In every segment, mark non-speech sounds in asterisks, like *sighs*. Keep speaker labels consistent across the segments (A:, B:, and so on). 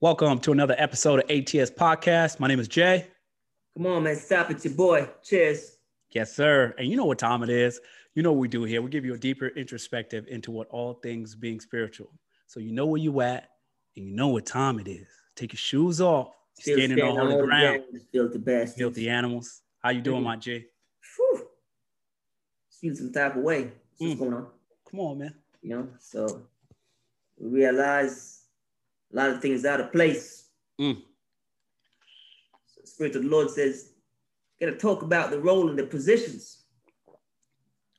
A: Welcome to another episode of ATS Podcast. My name is Jay.
B: Come on, man. Stop it, your boy. Cheers.
A: Yes, sir. And you know what time it is. You know what we do here. We give you a deeper introspective into what all things being spiritual. So you know where you at and you know what time it is. Take your shoes off.
B: Still
A: Standing, on holy ground. Mm-hmm.
B: Still the best.
A: Guilty animals. How you doing, my G?
B: Whew. Feel some type of way. That's What's
A: Mm.
B: going on?
A: Come on, man.
B: You know, so we realize a lot of things out of place.
A: Mm.
B: So the Spirit of the Lord says, gotta talk about the role and the positions.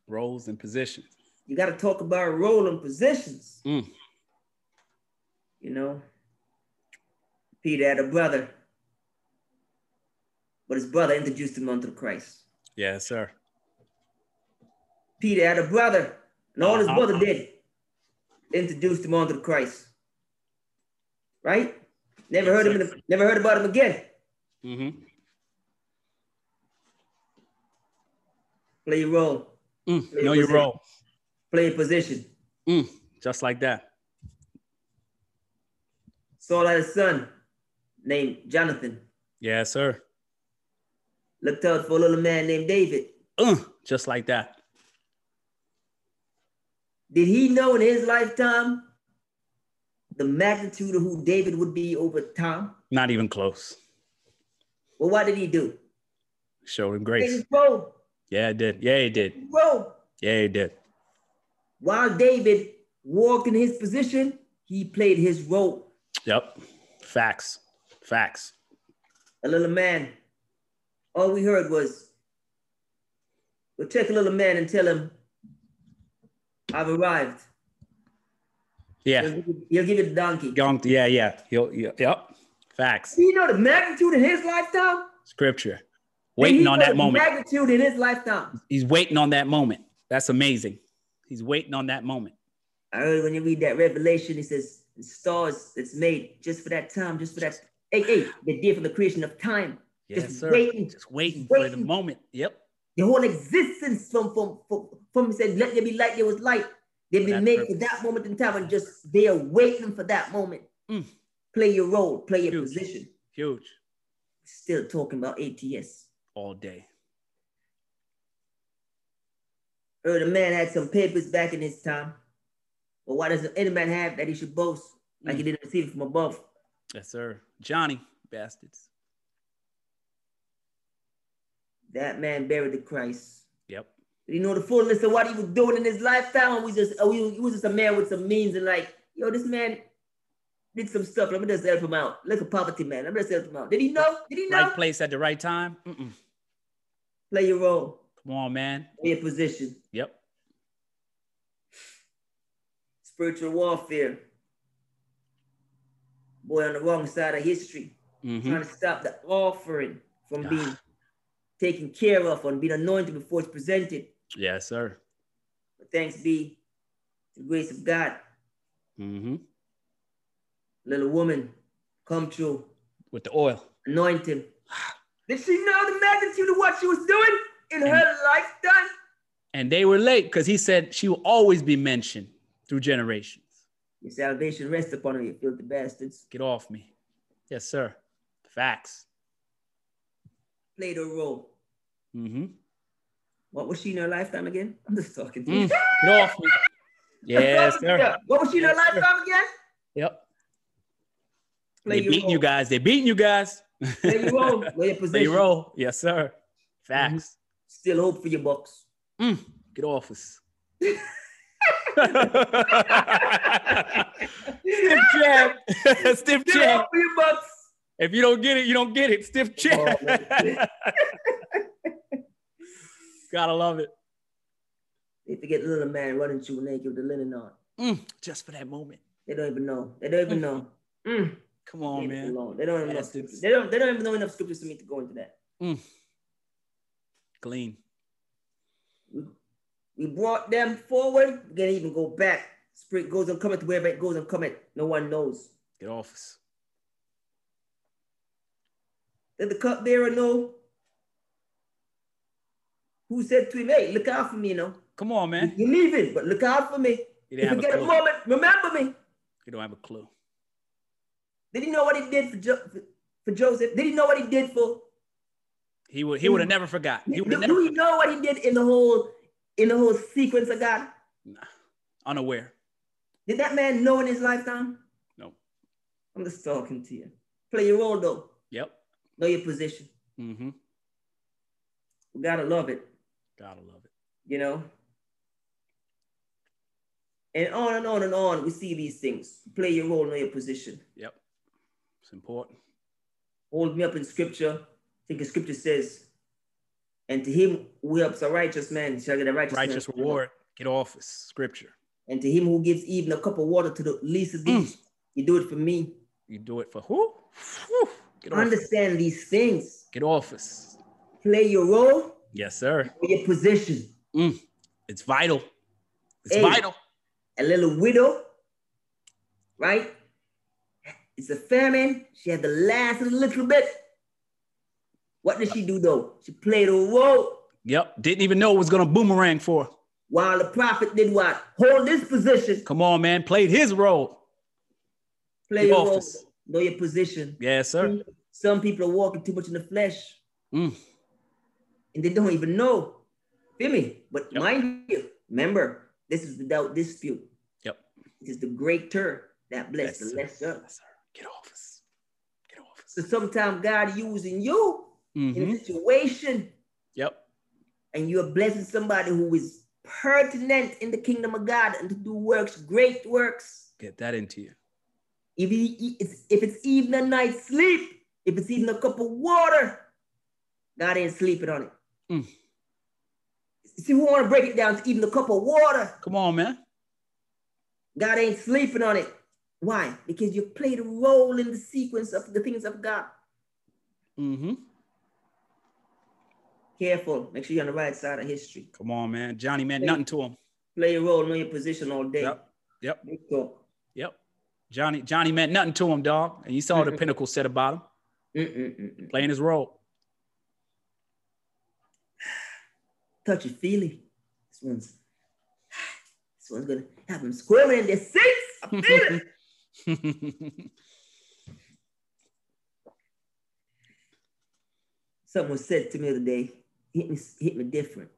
A: Roles and positions.
B: You gotta talk about role and positions.
A: Mm.
B: You know, Peter had a brother, but his brother introduced him unto Christ.
A: Yes, sir.
B: Peter had a brother, and all his
A: Uh-huh.
B: brother did introduced him onto the Christ. Right? Never heard him. In the, never heard about him again.
A: Mm-hmm.
B: Play your role.
A: Mm. Know your role.
B: Play your position.
A: Mm. Just like that.
B: Saul had a son named Jonathan.
A: Yes, sir.
B: Looked out for a little man named David.
A: Uh, just like that.
B: Did he know in his lifetime the magnitude of who David would be over time?
A: Not even close.
B: Well, what did he do?
A: Showed him
B: He
A: grace.
B: just rolled.
A: Yeah, it did. Yeah, it did.
B: He rolled.
A: Yeah, it did.
B: While David walked in his position, he played his role.
A: Yep. Facts. Facts.
B: a little man. All we heard was, "We'll take a little man and tell him I've arrived.
A: Yeah.
B: He'll give you- He'll give you the donkey."
A: Young- Yeah, yeah. He'll, yeah. Yep. Facts.
B: Do you know the magnitude in his lifetime?
A: Scripture.
B: Do you
A: Waiting
B: know
A: on that
B: the
A: moment.
B: Magnitude in his lifetime.
A: He's waiting on that moment. That's amazing. He's waiting on that moment.
B: I heard when you read that Revelation, it says stars that's made just for that time, just for that. Hey, hey, the day for the creation of time.
A: Yes,
B: Just
A: sir.
B: waiting.
A: Just waiting
B: Just
A: for the
B: waiting.
A: moment. Yep.
B: The whole existence from from from, from it said, "Let there be light." There was light. They've
A: that
B: been made for
A: purpose.
B: that moment in time, and just they are waiting for that moment.
A: Mm.
B: Play your role, play your
A: Huge.
B: position.
A: Huge.
B: Still talking about ATS.
A: All day.
B: Heard a man had some papers back in his time, but why doesn't any man have that he should boast
A: Mm.
B: like he didn't receive it from above?
A: Yes, sir. Johnny, bastards.
B: That man buried the Christ.
A: Yep.
B: You know the fullness of what he was doing in his lifetime. or We just, or he was just a man with some means and like, yo, this man did some stuff. Let me just help him out. Look at poverty, man. Let me just help him out. Did he know? Did he know?
A: Right place at the right time. Mm-mm.
B: Play your role,
A: Come on, man.
B: play your position.
A: Yep.
B: Spiritual warfare. Boy on the wrong side of history,
A: hmm
B: trying to stop the offering from
A: Ah.
B: being taken care of and being anointed before it's presented.
A: Yes, sir.
B: But thanks be to the grace of God.
A: hmm
B: Little woman, come true.
A: With the oil.
B: anoint him. Did she know the magnitude of what she was doing in her lifetime?
A: And they were late because he said she will always be mentioned through generations.
B: Your salvation rests upon her, you filthy bastards.
A: Get off me. Yes, sir. Facts.
B: Played her role.
A: hmm
B: What was she in her lifetime again? *laughs* I'm just talking to
A: Mm.
B: you.
A: Get off me. Yes, sir.
B: What was she in her
A: Yes, sir.
B: lifetime again?
A: Yep.
B: Play
A: They
B: your
A: beating
B: role.
A: you guys. They beating you guys. *laughs*
B: Play your role. Play your
A: Play
B: position.
A: your role. Yes, sir. Facts.
B: Still hope for your box.
A: Mm.
B: Mm-hmm.
A: Get off us.
B: *laughs* Still
A: Stiff jab. *laughs* Stiff jab.
B: hope for your box.
A: If you don't get it, you don't get it. Stiff jab.
B: Oh, man.
A: *laughs* Gotta love it.
B: They forget the little man running through naked with the linen on.
A: Mm. Just for that moment.
B: They don't even know. They don't even know. Mm.
A: Come on,
B: Leave it
A: man.
B: alone. They don't even know.
A: Bastards.
B: scriptures. They don't. They don't even know enough scriptures for me to go into that.
A: Clean.
B: We brought them forward. We can't even go back. Spirit goes and cometh wherever it goes and cometh. No one knows.
A: Get off us.
B: Did the cupbearer know? Who said to him, "Hey, look out for me, you know.
A: Come on,
B: *laughs*
A: man.
B: You're leaving, but look out for me.
A: You
B: If
A: didn't
B: you
A: have a
B: get a
A: clue.
B: moment, remember me."
A: You don't have a clue.
B: Did he know what he did for, jo- for- for Joseph? Did he know what he did for?
A: He would he would have never forgot. He
B: Do,
A: would have
B: do
A: never
B: we know what he did in the whole in the whole sequence of God?
A: unaware.
B: Did that man know in his lifetime?
A: No.
B: I'm just talking to you. Play your role though.
A: Yep.
B: Know your position.
A: Mm-hmm.
B: You gotta love it,
A: Gotta love it.
B: you know. And on and on and on, we see these things. Play your role, know your position.
A: Yep. It's important.
B: hold me up in scripture. I think the scripture says, and to him who helps a righteous man shall get a righteous, man's
A: Righteous
B: reward.
A: reward. Get office. Scripture.
B: And to him who gives even a cup of water to the least of these,
A: Mm.
B: you do it for me.
A: You do it for who? Whew. Get office.
B: Understand these things.
A: Get office.
B: Play your role
A: Yes, sir. Mm.
B: or your position.
A: It's vital. It's
B: Hey.
A: vital.
B: A little widow, right? It's a famine. She had the last little bit. What did she do though? She played her role
A: Yep. Didn't even know it was gonna boomerang for. her.
B: while the prophet did what? Hold this position.
A: Come on, man. Played his role.
B: Play
A: Give
B: your role.
A: office.
B: Know your position.
A: Yes, sir.
B: Some people are walking too much in the flesh
A: Mm.
B: and they don't even know. Feel me? But
A: Yep.
B: mind you, remember, this is without dispute.
A: Yep.
B: It is the greater that
A: Yes,
B: bless
A: sir.
B: the lesser.
A: Yes, sir. Get office. Get office.
B: So sometimes God using you in
A: Mm-hmm.
B: a situation
A: Yep.
B: and you're blessing somebody who is pertinent in the kingdom of God and to do works, great works.
A: Get that into you.
B: If, he, it's, if it's even a night's sleep, if it's even a cup of water, God ain't sleeping on it.
A: Mm.
B: See, we want to break it down to even a cup of water.
A: Come on, man.
B: God ain't sleeping on it. Why? Because you played a role in the sequence of the things of God.
A: Mm-hmm.
B: Careful. Make sure you're on the right side of history.
A: Come on, man. Johnny meant
B: Hey.
A: nothing to him.
B: Play a role, know your position all day.
A: Yep. Yep.
B: Big talk.
A: Yep. Johnny, Johnny meant nothing to him, dog. And you saw *laughs* the
B: Mhm.
A: pinnacle set about him,
B: Mm-mm-mm-mm.
A: playing his role. *laughs*
B: Touchy feely. This one's *sighs* this one's gonna have them squirming in their seats. I feel it.
A: Mm-hmm.
B: Someone said to me the other day, hit me, hit me different.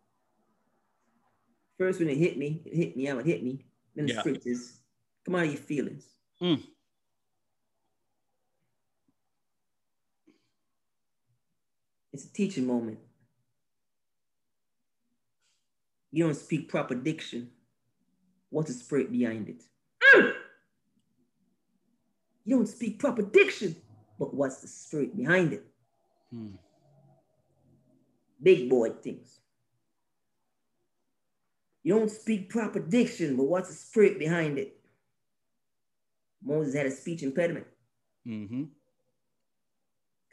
B: First, when it hit me, it hit me out, it hit me. Then the
A: Yeah.
B: script is, come out of your feelings.
A: Mm.
B: It's a teaching moment. You don't speak proper diction. What's the spirit behind it? Mm. You don't speak proper diction, but what's the spirit behind it?
A: Mm.
B: Big boy things. You don't speak proper diction, but what's the spirit behind it? Moses had a speech impediment.
A: hmm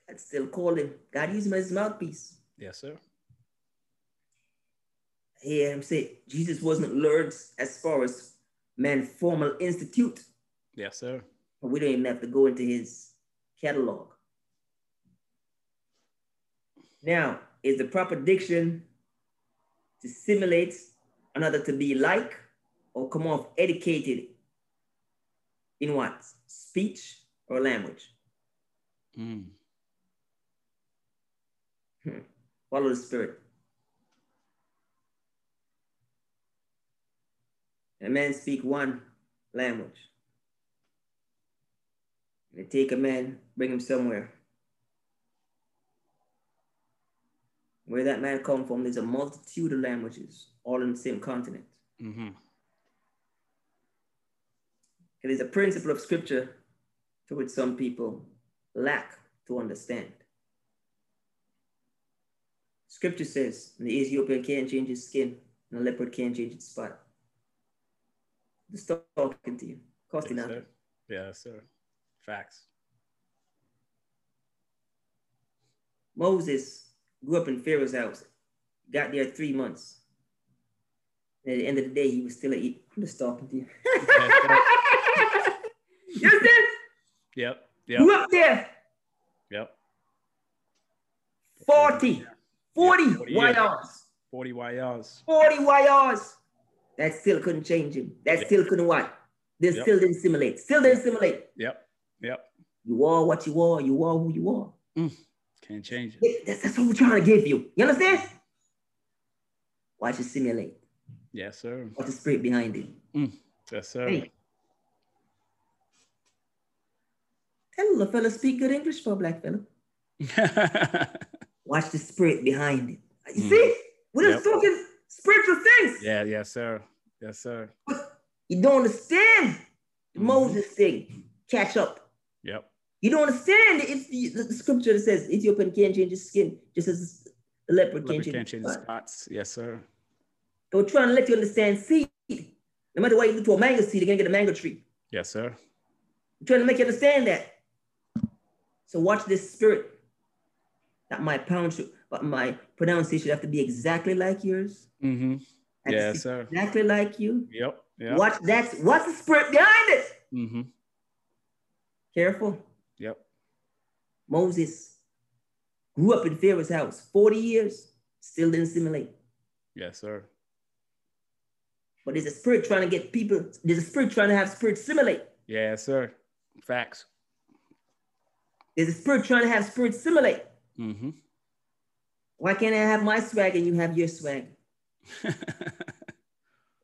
B: God still called him. God used him as his mouthpiece.
A: Yes, sir.
B: I hear him say, Jesus wasn't lured as far as man formal institute.
A: Yes, sir.
B: We don't even have to go into his catalog. Now, is the proper diction to simulate another to be like or come off educated in what? Speech or language?
A: Mm.
B: Follow the spirit. A man speak one language. They take a man, bring him somewhere. Where that man come from, there's a multitude of languages, all in the same continent.
A: hmm
B: It is a principle of scripture to which some people lack to understand. Scripture says the Ethiopian can't change his skin, and the leopard can't change its spot. Just talking to you, costing
A: Yes,
B: nothing.
A: sir. Yes, sir. Facts.
B: Moses grew up in Pharaoh's house, got there three months. And at the end of the day, he was still a Egypt. I'm just talking to you.
A: Yes,
B: *laughs*
A: sir.
B: you understand?
A: Yep. Yep.
B: Grew up there
A: Yep.
B: 40, 40
A: Yeah, 40 years.
B: YRs.
A: 40 YRs.
B: 40 YRs. That still couldn't change him. That
A: Yeah.
B: still couldn't what? They
A: Yep.
B: still didn't simulate. Still didn't simulate.
A: Yep. Yep.
B: You are what you are. You are who you are.
A: Can't change it.
B: Th- That's, that's what we're trying to give you. You understand? Watch it simulate.
A: Yes, sir.
B: Watch the spirit behind it.
A: Yes, sir.
B: Hey. Tell the fella speak good English for a black fella. Watch the spirit behind it. You
A: Mm.
B: see? We're just
A: Yep.
B: talking spiritual
A: *laughs*
B: things.
A: yeah, yes, sir. Yes, sir.
B: You don't understand the
A: Mhm.
B: Moses thing. Catch up.
A: Yep.
B: You don't understand. It's the, the, the scripture that says Ethiopian can't change his skin, just as the leopard can't
A: Leopard
B: change.
A: can't
B: his
A: change
B: skin.
A: spots. Yes, sir.
B: They were trying to let you understand seed. No matter what you do to a mango seed, you're gonna get a mango tree.
A: Yes, sir.
B: I'm trying to make you understand that. So watch this spirit. That my pound should, but my pronunciation have to be exactly like yours.
A: Mm-hmm.
B: I have to
A: Yes,
B: speak
A: sir.
B: Exactly like you.
A: Yep. Yep.
B: Watch that's what's the spirit behind it.
A: Mm-hmm.
B: Careful.
A: Yep.
B: Moses grew up in Pharaoh's house 40 years, still didn't assimilate.
A: Yes, sir.
B: But there's a spirit trying to get people, there's a spirit trying to have spirit simulate.
A: Yes, sir. Facts.
B: There's a spirit trying to have spirit simulate.
A: Mm-hmm.
B: Why can't I have my swag and you have your swag?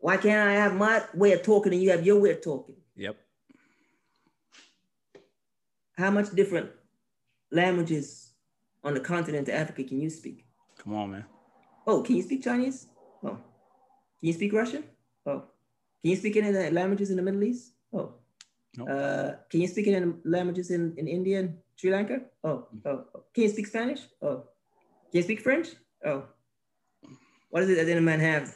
B: Why can't I have my way of talking and you have your way of talking?
A: yep.
B: How much different languages on the continent of Africa can you speak?
A: Come on, man.
B: Oh, can you speak Chinese? Oh. Can you speak Russian? Oh. Can you speak any of the languages in the Middle East? Oh.
A: Nope.
B: Uh, can you speak any of the languages in, in India and Sri Lanka? Oh. oh. oh. Can you speak Spanish? Oh. Can you speak French? Oh. What is it that any man have?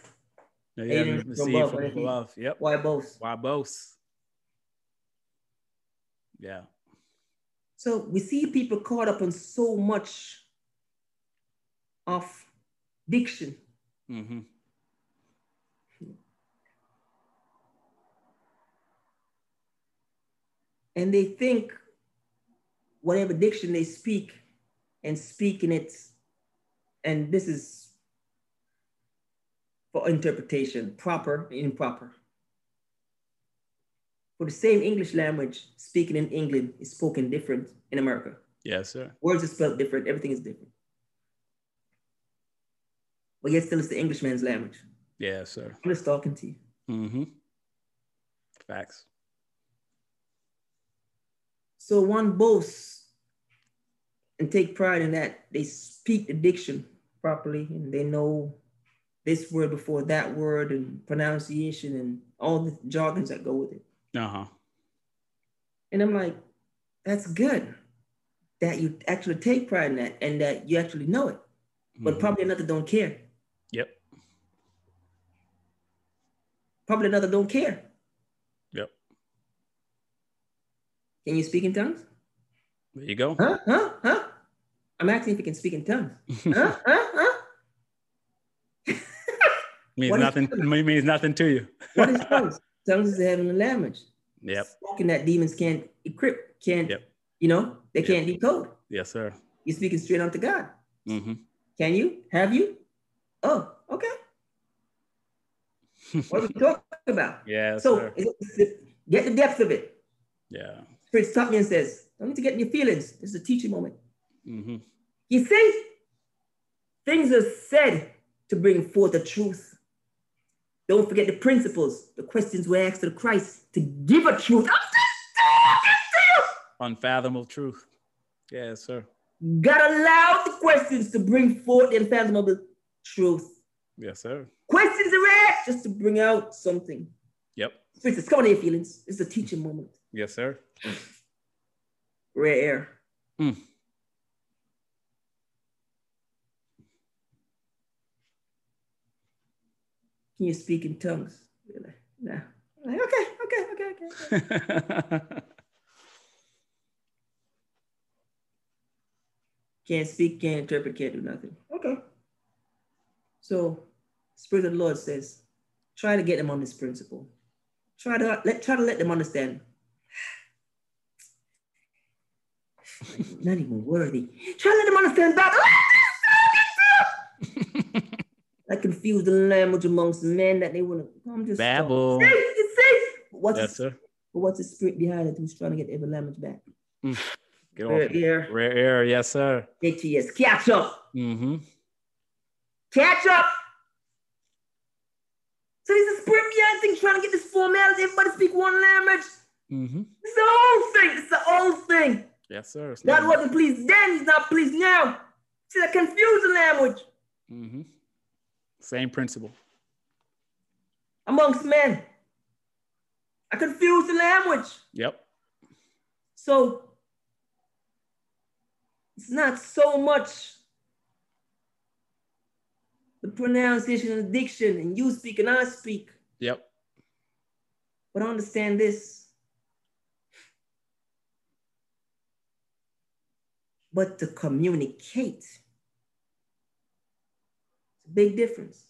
A: Yeah,
B: Hey,
A: yeah,
B: there's no
A: receive
B: above,
A: from
B: right?
A: above. Yep.
B: Why both?
A: Why boast? Yeah.
B: So we see people caught up on so much of diction.
A: Mm-hmm.
B: and they think whatever diction they speak and speak in it and this is for interpretation proper improper for the same english language speaking in england is spoken different in america
A: Yes, sir.
B: words are spelled different everything is different but yet still it's the englishman's language
A: Yes, sir.
B: i'm just talking to you
A: Mm-hmm. Facts.
B: So one boasts and take pride in that they speak the diction properly and they know this word before that word and pronunciation and all the jargons that go with it.
A: Uh-huh.
B: And I'm like, that's good that you actually take pride in that and that you actually know it. But
A: Mhm.
B: probably another don't care.
A: Yep.
B: Probably another don't care.
A: Yep.
B: Can you speak in tongues?
A: There you go.
B: Huh? Huh? Huh? I'm asking if you can speak
A: *laughs*
B: in tongues. Huh? huh? Huh?
A: means
B: What is-
A: nothing. means nothing to you.
B: What is tongues? tongues is the heavenly language.
A: Yep.
B: spoken that demons can't encrypt, can't,
A: Yep.
B: you know, they
A: Yep.
B: can't decode.
A: Yes, sir.
B: You're speaking straight onto God.
A: Mm-hmm.
B: Can you? Have you? Oh, okay.
A: *laughs*
B: What are we talking about?
A: yes,
B: so
A: sir.
B: it's- it's- get the depth of it.
A: Yeah.
B: Spirit stops me and says, don't need to get in your feelings. This is a teaching moment.
A: Mm-hmm.
B: You see, things are said to bring forth the truth. Don't forget the principles, the questions were asked to Christ to give a truth. I'm just talking to you.
A: Unfathomable truth. Yes, sir.
B: God allowed the questions to bring forth the unfathomable truth.
A: Yes, sir.
B: Questions are asked just to bring out something.
A: Yep.
B: Spirit says, come on, your feelings. It's a teaching moment.
A: Yes, sir.
B: Rare air.
A: Mm.
B: Can you speak in tongues? You're like, no. I'm like, okay, okay, okay, okay. okay." Can't speak, can't interpret, can't do nothing. Okay. So, Spirit of the Lord says, try to get them on this principle. Try to let try to let them understand. *sighs* Not even worthy. Try to let them understand that. *laughs* I confuse the language amongst men that they want to. I'm just
A: Babble.
B: See, you see? What's
A: yes, sir.
B: but what's the spirit behind it who's trying to get every language back?
A: Get off.
B: Rare
A: me.
B: air.
A: Rare air, yes, sir.
B: ATS. Catch up.
A: Mm-hmm.
B: Catch up. So this is premier thing trying to get this formality. Everybody speak one language.
A: Mm-hmm.
B: It's the whole thing. It's the whole thing.
A: Yes, sir. It's
B: God wasn't pleased then. He's not pleased now. See, that confusing language
A: Mm-hmm. Same principle.
B: amongst men. I confuse the language.
A: Yep.
B: So it's not so much the pronunciation and diction, and you speak and I speak.
A: Yep.
B: But understand this. But to communicate, it's a big difference.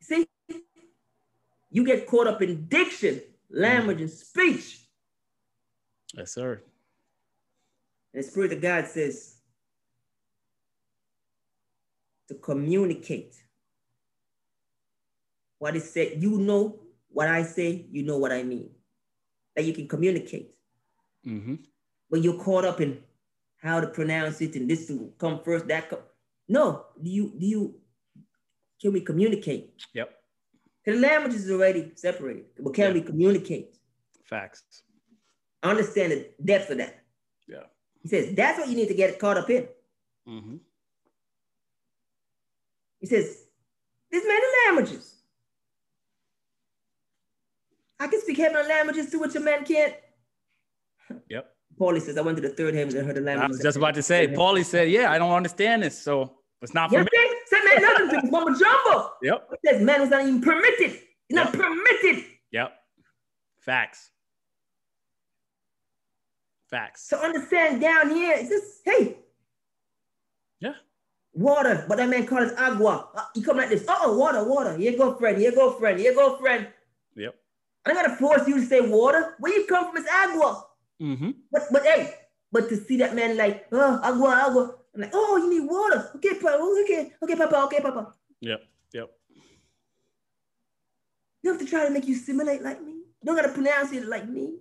B: See, you get caught up in diction, language, and speech.
A: Yes, sir.
B: And the Spirit of God says to communicate what is said. You know what I say, you know what I mean. That you can communicate.
A: Mm-hmm.
B: but you're caught up in how to pronounce it and this will come first that come. no do you do you can we communicate
A: Yep.
B: 'Cause the language is already separated but can
A: Yeah.
B: we communicate
A: Facts.
B: understand the depth of that
A: Yeah.
B: he says that's what you need to get caught up in
A: Mm-hmm.
B: he says there's many languages i can speak heavenly languages too which a man can't
A: *laughs* Yep.
B: paul says i went to the third heaven and heard the language
A: I was just about to say, Paulie said, yeah, I don't understand this, so it's not for
B: yes,
A: me.
B: they said man nothing to mumbo jumbo
A: Yep.
B: It says man is not even permitted. It's not
A: Yeah.
B: permitted
A: Yep. Facts. Facts.
B: to understand down here. It's just, hey.
A: Yeah.
B: Water, but that man called it agua. Uh, You come like this. Oh, water, water. Here go, friend. Here go, friend. Here go, friend.
A: Yep.
B: I gotta force you to say water. Where you come from is agua.
A: Mm-hmm.
B: But but hey, but to see that man like, oh, agua, agua. I'm like, oh, you need water. Okay, papa. Okay, okay, papa. Okay, papa.
A: Yep. Yep.
B: You don't have to try to make you simulate like me. You don't gotta pronounce it like me.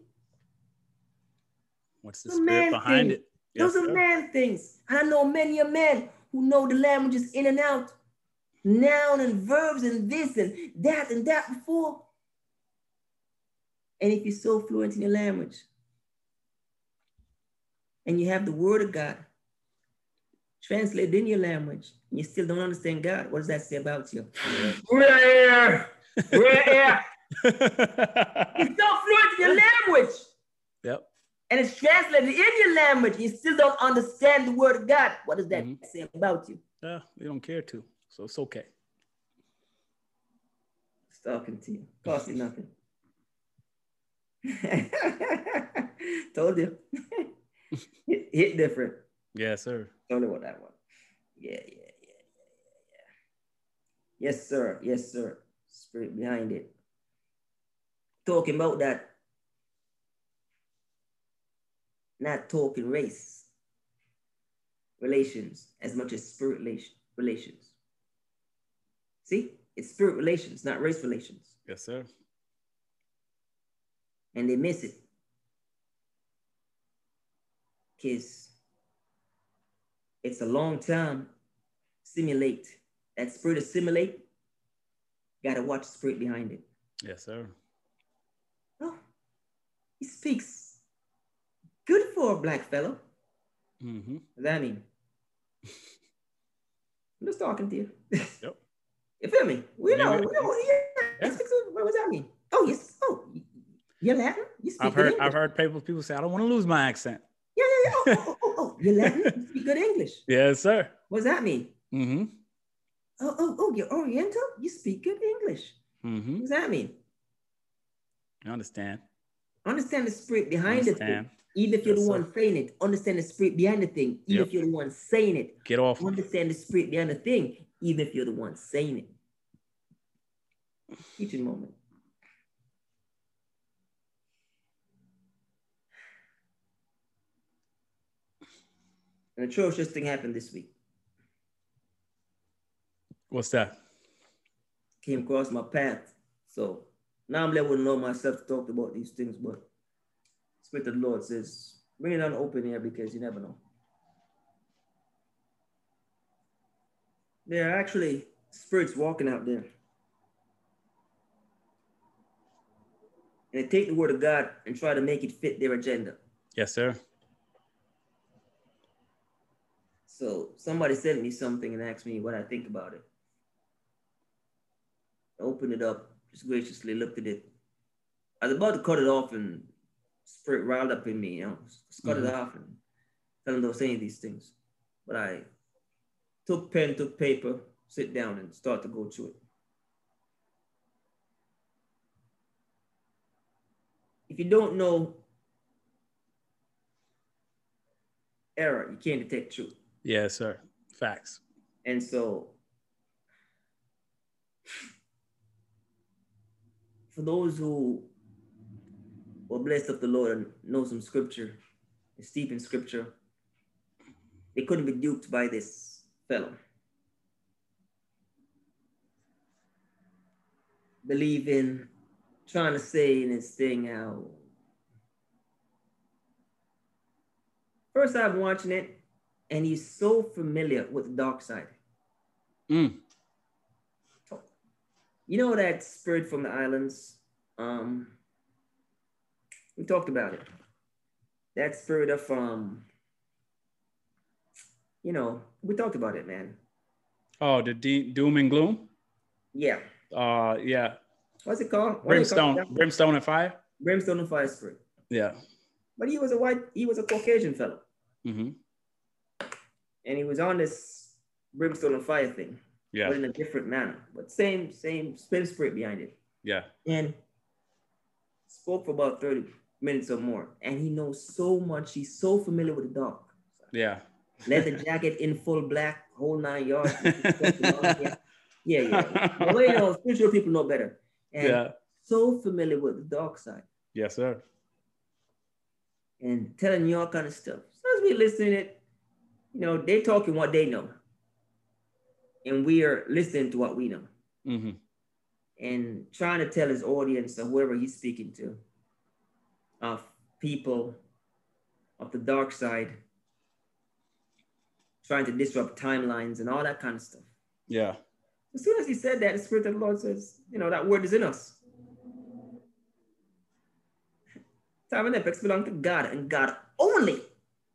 A: What's the
B: The
A: spirit
B: man
A: behind
B: thing.
A: it? Yes,
B: Those are
A: sir.
B: man things. And I know many a man who know the languages in and out, noun and verbs and this and that and that before. And if you're so fluent in your language and you have the word of God translated in your language and you still don't understand God, what does that say about you? We're here. We're *laughs* here. You're so fluent in your language
A: *laughs* yep.
B: and it's translated in your language, you still don't understand the word of God. What does that
A: Mhm.
B: say about you?
A: Yeah, they don't care to, so it's okay.
B: It's talking to you. Cost you nothing. *laughs* Told you. *laughs* hit, hit different.
A: Yes, sir.
B: Told you what that was. Yeah, yeah, yeah, yeah, yeah, yeah. Yes, sir. Yes, sir. Spirit behind it. Talking about that. Not talking race relations as much as spirit relation- relations. See, it's spirit relations, not race relations.
A: Yes, sir.
B: and they miss it. Because it's a long time. Simulate that spirit of simulate. Gotta watch the spirit behind it.
A: Yes, sir.
B: Oh, he speaks good for a black fellow.
A: Mm-hmm.
B: What does that mean? *laughs* I'm just talking to you.
A: Yep.
B: *laughs* You feel me? We
A: Yeah,
B: know.
A: yeah.
B: We know yeah.
A: Yeah.
B: Speaks good. What does that mean? Oh, yes. Oh, you're Latin? You speak
A: I've heard
B: good
A: I've
B: English.
A: heard people people say I don't want to lose my accent.
B: Yeah, yeah, yeah. Oh, oh, oh, oh, you're Latin.
A: *laughs*
B: You speak good English.
A: Yes, sir.
B: What does that mean?
A: Mm-hmm.
B: Oh, oh, oh, you're Oriental. You speak good English.
A: Mm-hmm.
B: What does that mean?
A: I understand.
B: Understand the spirit behind
A: Understand.
B: the thing, even if you're
A: Yes,
B: the
A: sir.
B: one saying it. Understand the spirit behind the thing, even
A: Yep.
B: if you're the one saying it.
A: Get off. me.
B: Understand the spirit behind the thing, even if you're the one saying it. Teaching moment. An atrocious thing happened this week.
A: What's that?
B: came across my path. So now I'm letting know myself to talk about these things, but Spirit of the Lord says, Bring it on open air because you never know. There are actually spirits walking out there. And they take the word of God and try to make it fit their agenda.
A: Yes, sir.
B: So somebody sent me something and asked me what I think about it. I opened it up, just graciously looked at it. I was about to cut it off and spirit riled up in me, you know, just cut it
A: Mhm.
B: off and tell them don't say any of these things. But I took pen, took paper, sit down and start to go to it. If you don't know error, you can't detect truth.
A: Yes, sir. Facts.
B: And so, for those who were blessed of the Lord and know some scripture, is deep in scripture, they couldn't be duped by this fellow. Believing, trying to say in his thing how. First, I'm watching it, and he's so familiar with the dark side.
A: Mm.
B: You know that spirit from the islands? Um, we talked about it. That spirit of um, you know, we talked about it, man.
A: Oh, the de- doom and gloom.
B: Yeah.
A: Uh, yeah.
B: What's it called? What is it called?
A: Brimstone, brimstone and fire.
B: Brimstone and fire spirit.
A: Yeah.
B: But he was a white, he was a Caucasian fellow,
A: Mm-hmm.
B: and he was on this brimstone and fire thing,
A: Yeah.
B: but in a different manner. But same, same, same spirit behind it.
A: Yeah.
B: and spoke for about 30 minutes or more. And he knows so much. He's so familiar with the dog.
A: Yeah.
B: Leather jacket in full black, whole nine yards. yeah, yeah. yeah. But well, you know, spiritual people know better. And
A: Yeah.
B: so familiar with the dark side
A: Yes, sir.
B: and telling you all kind of stuff. So as we listen to it, you know, they talking what they know. And we are listening to what we know.
A: Mm-hmm.
B: and trying to tell his audience or whoever he's speaking to of people of the dark side trying to disrupt timelines and all that kind of stuff
A: Yeah.
B: as soon as he said that the spirit of the lord says you know that word is in us time and epics belong to god and god only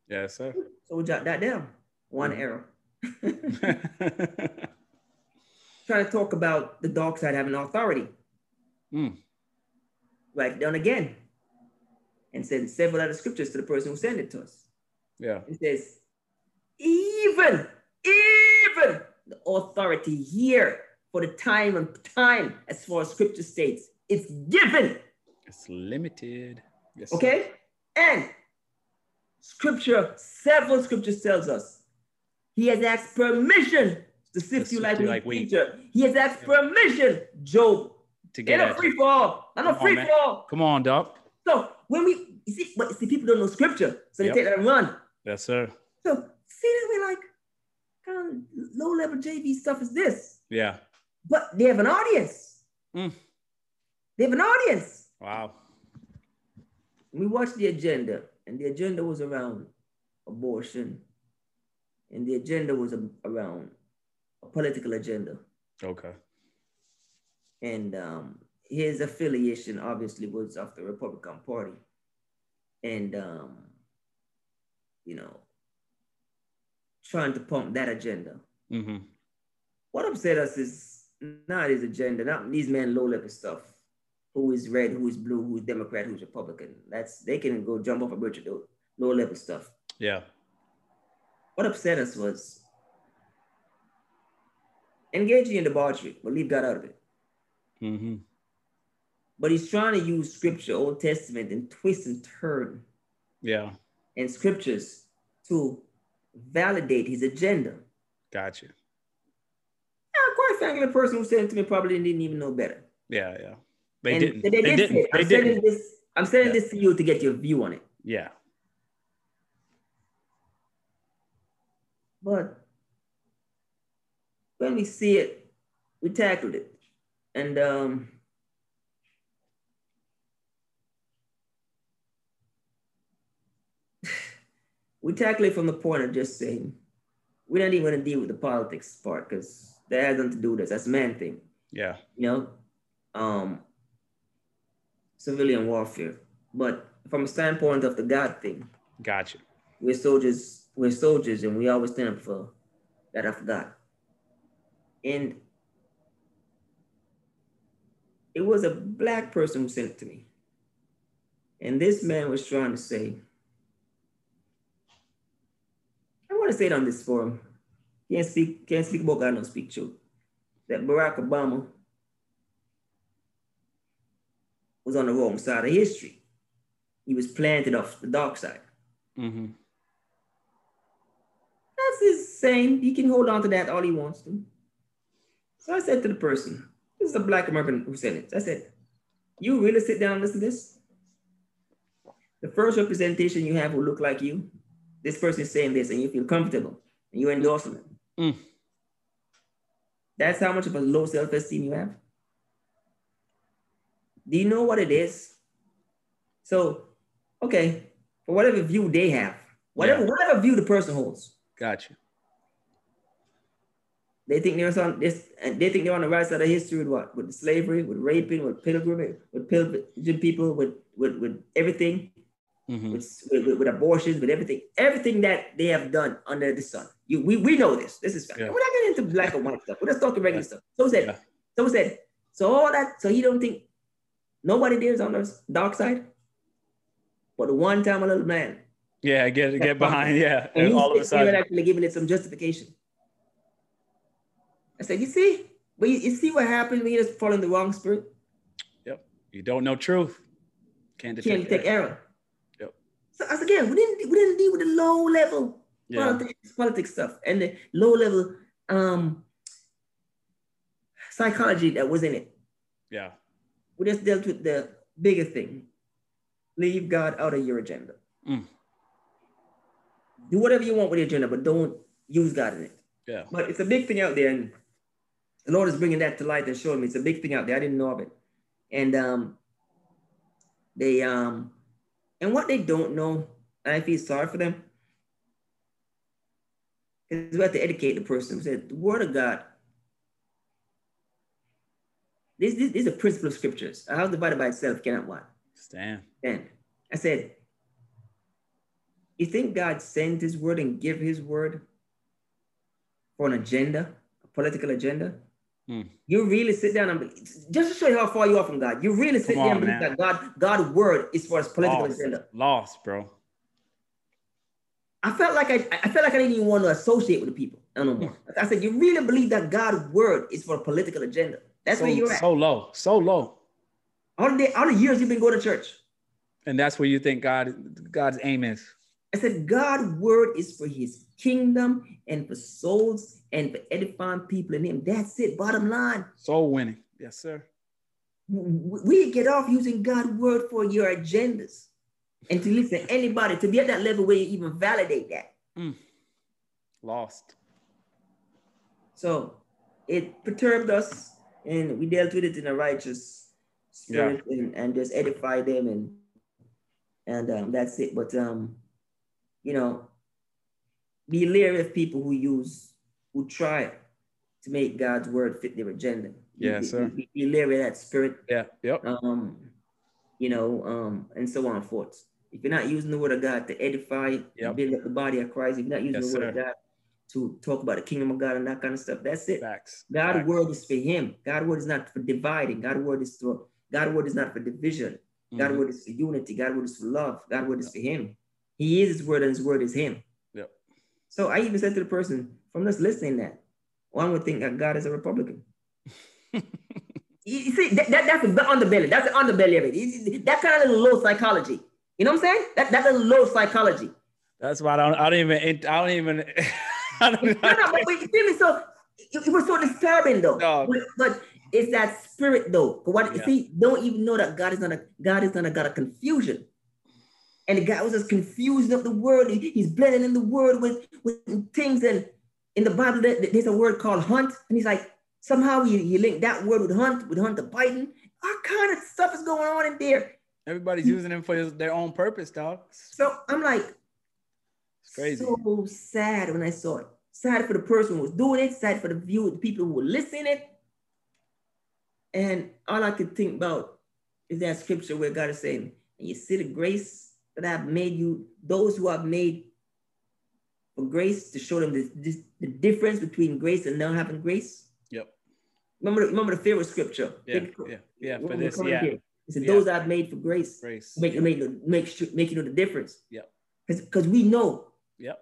A: Yes, sir.
B: so we jot that down one
A: Mhm.
B: arrow trying to talk about the dark side having authority
A: Mm.
B: write it down again and send several other scriptures to the person who sent it to us.
A: *laughs* yeah.
B: It says, even, even the authority here for the time and time, as far as scripture states, it's given.
A: It's limited. Yes. sir.
B: Okay? And scripture, several scriptures tells us he has asked permission to sift
A: To sift
B: you like,
A: you
B: wheat,
A: like wheat.
B: Peter. He has asked permission, Job.
A: To
B: Ain't
A: get
B: a
A: at
B: free
A: you.
B: for all. Not
A: Come
B: a
A: on,
B: free
A: man.
B: for all.
A: Come on, Doc.
B: So when we you see, but see, people don't know scripture, so they
A: Yep.
B: take that and run.
A: Yes, sir.
B: So see that we're like, kind of low level JV stuff is this,
A: Yeah.
B: but they have an audience.
A: Mm.
B: They have an audience.
A: Wow.
B: We watched the agenda, and the agenda was around abortion, and the agenda was a- around a political agenda,
A: Okay.
B: and um, his affiliation obviously was of the Republican Party, and um, you know, trying to pump that agenda.
A: Mm-hmm.
B: what upset us is not his agenda, not these men low level stuff. Who is red? Who is blue? Who's Democrat? Who's Republican? That's they can go jump off a bridge and do low level stuff.
A: Yeah.
B: What upset us was engaging in debauchery, but leave God out of it.
A: Mm-hmm.
B: But he's trying to use scripture, Old Testament, and twist and turn
A: Yeah.
B: and scriptures to validate his agenda. Now,
A: Gotcha.
B: quite frankly, the person who sent it to me probably didn't even know better.
A: Yeah. Yeah. They
B: And
A: didn't.
B: They,
A: They,
B: did
A: didn't.
B: say,
A: they
B: I'm
A: didn't.
B: sending this. I'm sending
A: Yeah.
B: this to you to get your view on it.
A: Yeah.
B: But when we see it, we tackled it, and um, *laughs* we tackle it from the point of just saying we're not even going to deal with the politics part because that has nothing to do with us. That's man thing,
A: Yeah.
B: you know, um, civilian warfare. But from a standpoint of the God thing,
A: Gotcha.
B: we're soldiers, we're soldiers, and we always stand up for that of God. And it was a black person who sent it to me. And this man was trying to say, I want to say it on this forum. Can't speak, can't speak about God, don't speak truth. That Barack Obama was on the wrong side of history. He was planted off the dark side.
A: Mm-hmm.
B: That's his same. He can hold on to that all he wants to. So I said to the person, this is a black American who said it. I said, you really sit down and listen to this? The first representation you have will look like you. This person is saying this and you feel comfortable and you're endorsing them.
A: Mm.
B: That's how much of a low self-esteem you have. Do you know what it is? So, okay, for whatever view they have, whatever,
A: Yeah.
B: whatever view the person holds,
A: Gotcha.
B: They think they're on this, and they think they're on the right side of history with what? With slavery, with raping, with pilgrimage, with pillaging people, with with with everything,
A: Mm-hmm.
B: with, with with abortions, with everything, everything that they have done under the sun. You, we we know this. This is fact.
A: Yeah.
B: We're not getting into black and white stuff. We're just talking regular
A: Yeah.
B: stuff. So said,
A: Yeah.
B: so said, so all that. So he don't think nobody there is on the dark side. But the one time a little man,
A: Yeah. Get get behind. Yeah.
B: and
A: And
B: you
A: all of a
B: sit there
A: sudden.
B: actually giving it some justification. I said, you see, but you, you see what happened when you just following the wrong spirit?
A: Yep. You don't know truth. Can't
B: You
A: detect.
B: can't take
A: error.
B: error.
A: Yep.
B: So as again, we didn't we didn't deal with the low level
A: Yeah.
B: politics, politics stuff and the low level um psychology that was in it.
A: Yeah.
B: We just dealt with the bigger thing. Leave God out of your agenda.
A: Mm.
B: Do whatever you want with your agenda, but don't use God in it.
A: Yeah.
B: But it's a big thing out there, and the Lord is bringing that to light and showing me it's a big thing out there. I didn't know of it, and um, they um, and what they don't know, and I feel sorry for them, is we have to educate the person. We said the Word of God. This this, this is a principle of scriptures. A house divided by itself cannot what
A: Stand.
B: then I said, You think God sent his word and give his word for an agenda, a political agenda?
A: Hmm.
B: You really sit down and be- just to show you how far you are from God, you really sit
A: Come
B: down
A: on,
B: and
A: man.
B: believe that God, God's word is for his political
A: Lost.
B: agenda.
A: Lost, bro.
B: I felt like I, I felt like I didn't even want to associate with the people. No,
A: Hmm.
B: no more. I said, you really believe that God's word is for a political agenda. That's
A: so,
B: where you're at.
A: so low. So low.
B: all, the, all the years you've been going to church.
A: And that's where you think God God's aim is.
B: I said, God's word is for his kingdom and for souls and for edifying people in him. That's it, bottom line.
A: Soul winning. Yes, sir.
B: W- We get off using God's word for your agendas and to listen to anybody, to be at that level where you even validate that.
A: Lost.
B: So it perturbed us and we dealt with it in a righteous spirit and, and just edify them and and um, that's it. But um, you know, be leery of people who use who try to make God's word fit their agenda. Be-
A: Yes,
B: be-
A: sir.
B: Be, be leery of that spirit,
A: Yeah. Yep.
B: um, you know, um, and so on and forth. If you're not using the word of God to edify,
A: Yep.
B: build up the body of Christ, if you're not using
A: Yes,
B: the word of God to talk about the kingdom of God and that kind of stuff, that's it.
A: Facts.
B: God's
A: Facts.
B: word is for him. God's word is not for dividing. God's word is for God's word is not for division. God's
A: Mhm.
B: word is for unity. God's word is for love. God's word is for him. He is his word and his word is him.
A: Yep.
B: So I even said to the person from just listening that one would think that God is a Republican. you, you see, that, that- that's the underbelly. That's the underbelly of it. You- you- that kind of little low psychology. You know what I'm saying? That that little low psychology.
A: That's why I don't I don't even I don't even *laughs* I don't,
B: No, no, but, but you feel me? So it, it was so disturbing though.
A: No.
B: But, but it's that spirit though. But what
A: Yeah.
B: see, don't even know that God is not a God is not a God of confusion. And the guy was just confusing up the word. He- He's blending in the word with, with things. And in the Bible, there- there's a word called hunt. And he's like, somehow you, you link that word with hunt, with Hunter Biden. All kind of stuff is going on in there.
A: everybody's using them for his, their own purpose, dog.
B: So I'm like,
A: It's crazy.
B: So sad when I saw it. Sad for the person who was doing it, sad for the view, the people who were listening it. And all I could think about is that scripture where God is saying, And you see the grace that I've made you, those who I've made for grace, to show them this, this, the difference between grace and not having grace.
A: Yep.
B: Remember, the- remember the favorite scripture.
A: Yeah,
B: Think-
A: yeah, yeah. For
B: when we
A: this,
B: come
A: yeah,
B: here. He said,
A: Yeah.
B: "Those I've made for grace,
A: grace.
B: make make make sure make you know the difference."
A: Yep.
B: because we know
A: Yep,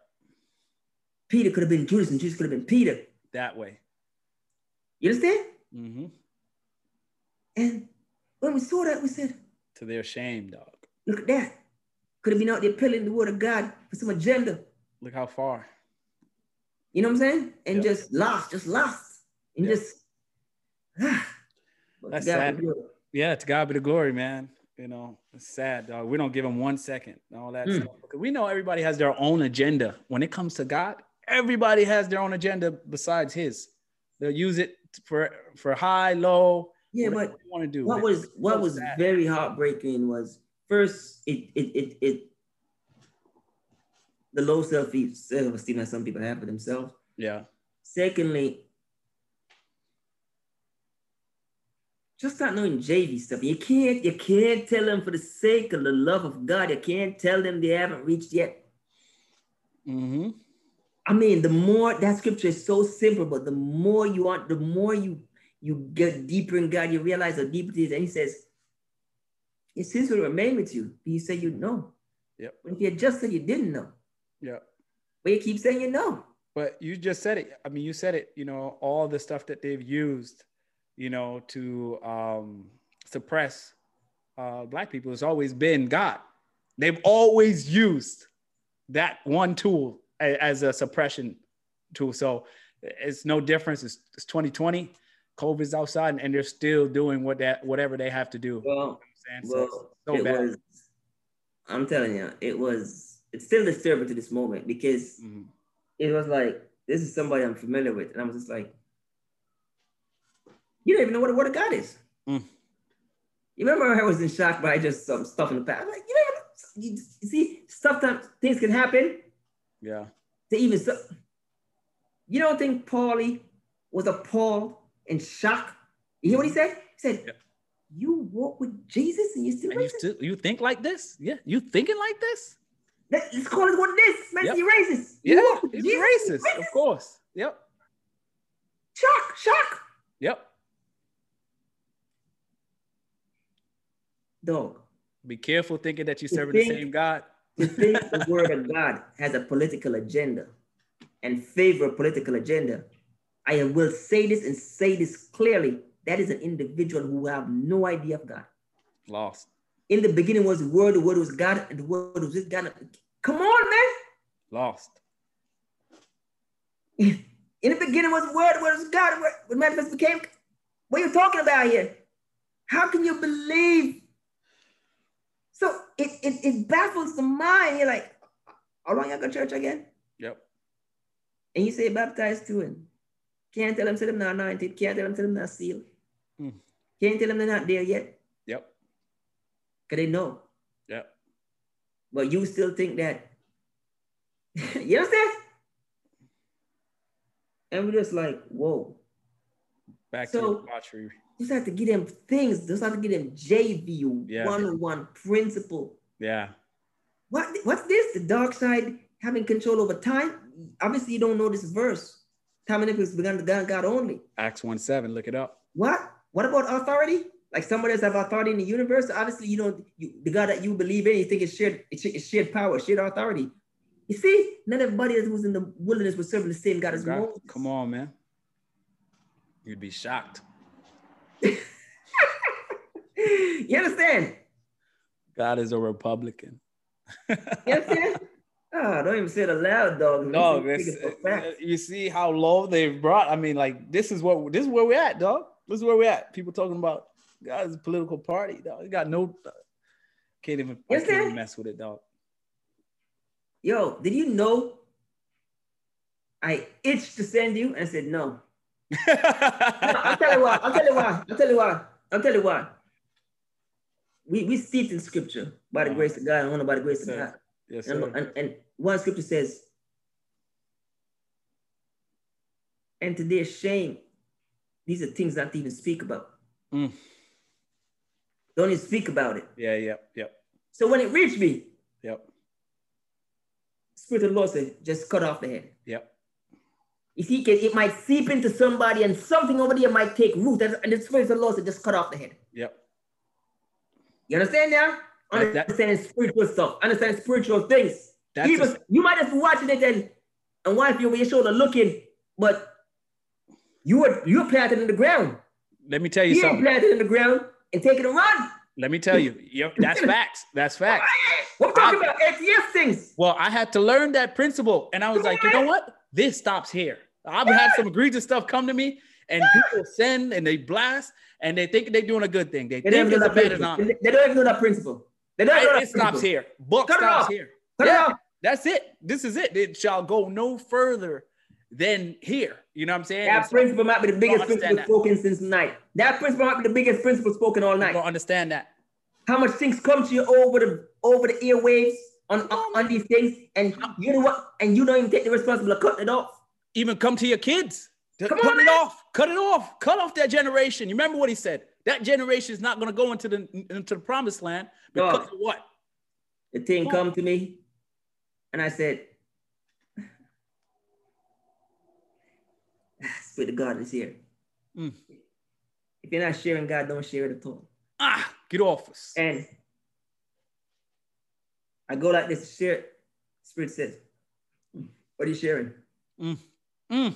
B: Peter could have been Judas and Judas could have been Peter.
A: that way.
B: You understand?
A: hmm
B: And when we saw that, we said,
A: To their shame, dog.
B: "Look at that! Could have been out there peddling the word of God for some agenda."
A: Look how far.
B: You know what I'm saying? And
A: Yeah.
B: just lost, just lost, and
A: Yeah.
B: just ah. But
A: That's
B: God
A: sad.
B: was good.
A: Yeah, to God be the glory, man. You know, it's sad, dog. We don't give him one second and all that
B: Mm.
A: stuff. Because we know everybody has their own agenda. When it comes to God, everybody has their own agenda besides his. They'll use it for for high, low.
B: Yeah, but
A: you want to do.
B: what
A: man.
B: was what
A: so
B: was
A: sad.
B: very heartbreaking was first it it it, it the low self esteem that some people have for themselves.
A: yeah,
B: Secondly, just not knowing JV stuff. You can't you can't tell them for the sake of the love of God. You can't tell them they haven't reached yet.
A: mm-hmm.
B: I mean, the more that scripture is so simple, but the more you want, the more you you get deeper in God, you realize how deep it is. And he says, Your sins will remain with you. But you say you know.
A: Yep.
B: But if you had just said you didn't know,
A: yeah.
B: but you keep saying you know.
A: But you just said it. I mean, you said it. You know, all the stuff that they've used, you know, to um, suppress uh, black people has always been God. They've always used that one tool a- as a suppression tool. So it's no difference. It's, it's 2020. COVID's outside, and, and they're still doing what that whatever they have to do. You
B: Well,
A: know what I'm saying? So it's
B: well,
A: so
B: it
A: bad.
B: was. I'm telling you, it was. It's still disturbing to this moment because
A: Mhm.
B: it was like this is somebody I'm familiar with, and I was just like, you don't even know what the word of God is.
A: Mm.
B: You remember I was in shock by just some stuff in the past. I'm like, you know, you, you see, sometimes things can happen
A: Yeah.
B: to even. So, you don't think Paulie was appalled and shocked? You hear what he said? He said,
A: Yeah.
B: "You walk with Jesus, and you still
A: And you
B: racist.
A: still you think like this? Yeah. You thinking like this?
B: Let, let's call it what it is. Man,
A: Yep.
B: you racist. You
A: Yeah.
B: walk with
A: He's
B: Jesus, you
A: racist, of course. Yep.
B: Shock, shock,
A: Yep.
B: dog."
A: Be careful thinking that you're
B: You
A: serving the
B: think-
A: same God.
B: to think the *laughs* word of God has a political agenda and favor a political agenda, I will say this and say this clearly. That is an individual who have no idea of God.
A: Lost.
B: In the beginning was the word, the word was God, and the word was with God. Come on, man.
A: Lost.
B: In the beginning was the word, the word was God, the word the manifest became. What are you talking about here? How can you believe? So it, it, it baffles the mind. You're like, how long y'all go to church again?
A: Yep.
B: And you say baptized to him. Can't tell them to them not anointed. Can't tell them to them not sealed.
A: Mm.
B: Can't tell them they're not there yet.
A: Yep.
B: Cause they know.
A: Yep.
B: But you still think that. *laughs* you understand? And we're just like, whoa.
A: Back
B: So-
A: to the pottery.
B: Just have to give them things. Just have to give them JV
A: Yeah.
B: one-on-one principle.
A: Yeah.
B: What what's this? The dark side having control over time? Obviously, you don't know this verse. Time and effort is begun to God, God only.
A: Acts 1 7. Look it up.
B: What? What about authority? Like somebody else have authority in the universe? Obviously, you don't. You, the God that you believe in, you think it's shared, it's, it's shared power, shared authority. You see, not everybody that was in the wilderness was serving the same God as
A: God,
B: Moses.
A: Come on, man. You'd be shocked.
B: *laughs* you understand?
A: God is a Republican.
B: You
A: *laughs*
B: understand? oh, don't even say it aloud, dog.
A: Dog,
B: This is
A: it's-
B: a fact.
A: you see how low they've brought. I mean, like this is what this is where we're at, dog. This is where we're at. People talking about God is a political party, dog. You got no uh, can't even, I
B: Yes,
A: can't even
B: sir.
A: mess with it, dog.
B: Yo, did you know? I itched to send you, and I
A: *laughs*
B: said no. No, I'll tell you what. I'll tell you what. I'll tell you what. I'll tell you what. We we see it in scripture by the
A: Uh-huh.
B: grace of God and only by the grace of
A: Sir.
B: God.
A: Yes,
B: And,
A: sir.
B: and, and one scripture says, and to their shame, these are things not to even speak about.
A: Mm.
B: Don't even speak about it.
A: Yeah, yep, yep,
B: So when it reached me,
A: yep,
B: Spirit of the Lord said, just cut off the head.
A: yep.
B: You see, 'cause it might seep into somebody and something over there might take root. That's- And the Spirit of the Lord said, just cut off the head.
A: Yep.
B: You understand now?
A: That- that-
B: Understanding spiritual stuff, understanding spiritual things.
A: That's
B: Even,
A: a-
B: you might just be watching it and, and wife you over your shoulder looking, but you were you were planted in the ground.
A: Let me tell you
B: He ain't
A: something.
B: planted in the ground and taking a run.
A: Let me tell you. Yep,
B: *laughs*
A: that's facts. That's facts.
B: What I'm talking about ATS things.
A: Well, I had to learn that principle, and I was like, you know what? This stops here. I've had some egregious stuff come to me, and people send and they blast, and they think they're doing a good thing. They
B: They don't
A: think
B: even
A: it's
B: know
A: a
B: that
A: bad
B: principle.
A: anomaly.
B: They they don't even know that principle. They don't know that
A: It, it stops
B: principle.
A: here. Book
B: Cut it
A: stops
B: off.
A: here.
B: Cut it
A: Yeah.
B: off.
A: That's it. This is it. It shall go no further than here. You know what I'm saying? And
B: That
A: so
B: principle Oh, might be the biggest
A: understand
B: principle
A: that.
B: spoken since night. That principle might be the biggest principle spoken all
A: people
B: night.
A: don't understand that.
B: How much things come to you over the over the earwaves on on, on these things, and you know what? And you don't even take the responsibility of cutting it off.
A: Even come to your kids. To
B: Come
A: cut
B: on,
A: it
B: man.
A: off. Cut it off. Cut off that generation. You remember what he said? That generation is not going to go into the into the promised land because
B: Dog.
A: of what?
B: The thing come to me, and I said, *sighs* "Spirit of God is here."
A: Mm.
B: If you're not sharing God, don't share it at all.
A: Ah, get off us.
B: And I go like this, share it. Spirit says, What are you sharing?
A: Mm.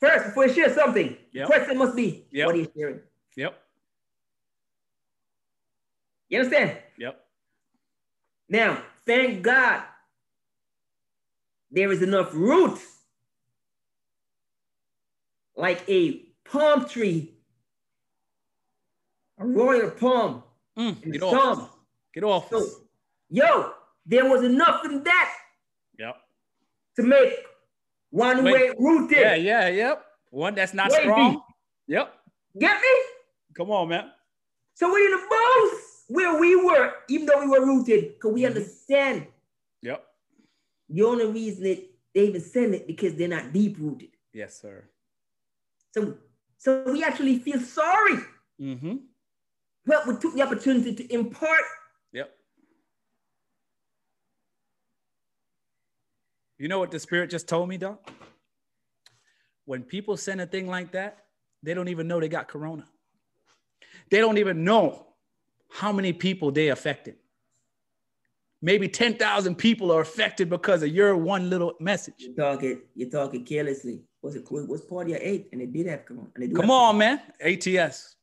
B: First, before you share something,
A: Yep.
B: question must be,
A: Yep.
B: What are you sharing?
A: Yep.
B: You understand?
A: Yep.
B: Now, thank God there is enough root, like a palm tree, a royal palm.
A: Mm.
B: in
A: Get
B: the
A: off. us.
B: stump.
A: Get off.
B: So,
A: us.
B: yo, there was enough in that
A: Yep.
B: to make one
A: Wait.
B: way rooted.
A: Yeah. Yeah. Yep. One that's not
B: Wavy.
A: strong. Yep.
B: Get me?
A: Come on, man.
B: So we're in the bones where we were, even though we were rooted, because we
A: Mhm.
B: understand
A: Yep.
B: the only reason it, they even send it because they're not deep rooted.
A: Yes, sir.
B: So, so we actually feel sorry,
A: Mm-hmm.
B: but we took the opportunity to impart.
A: Yep. You know what the spirit just told me, Doc? When people send a thing like that, they don't even know they got corona. They don't even know how many people they affected. Maybe 10,000 people are affected because of your one little message.
B: You're talking, you're talking carelessly. Was it was party at eight, and they did have come on. And they do
A: Come
B: have-
A: on, man. ATS.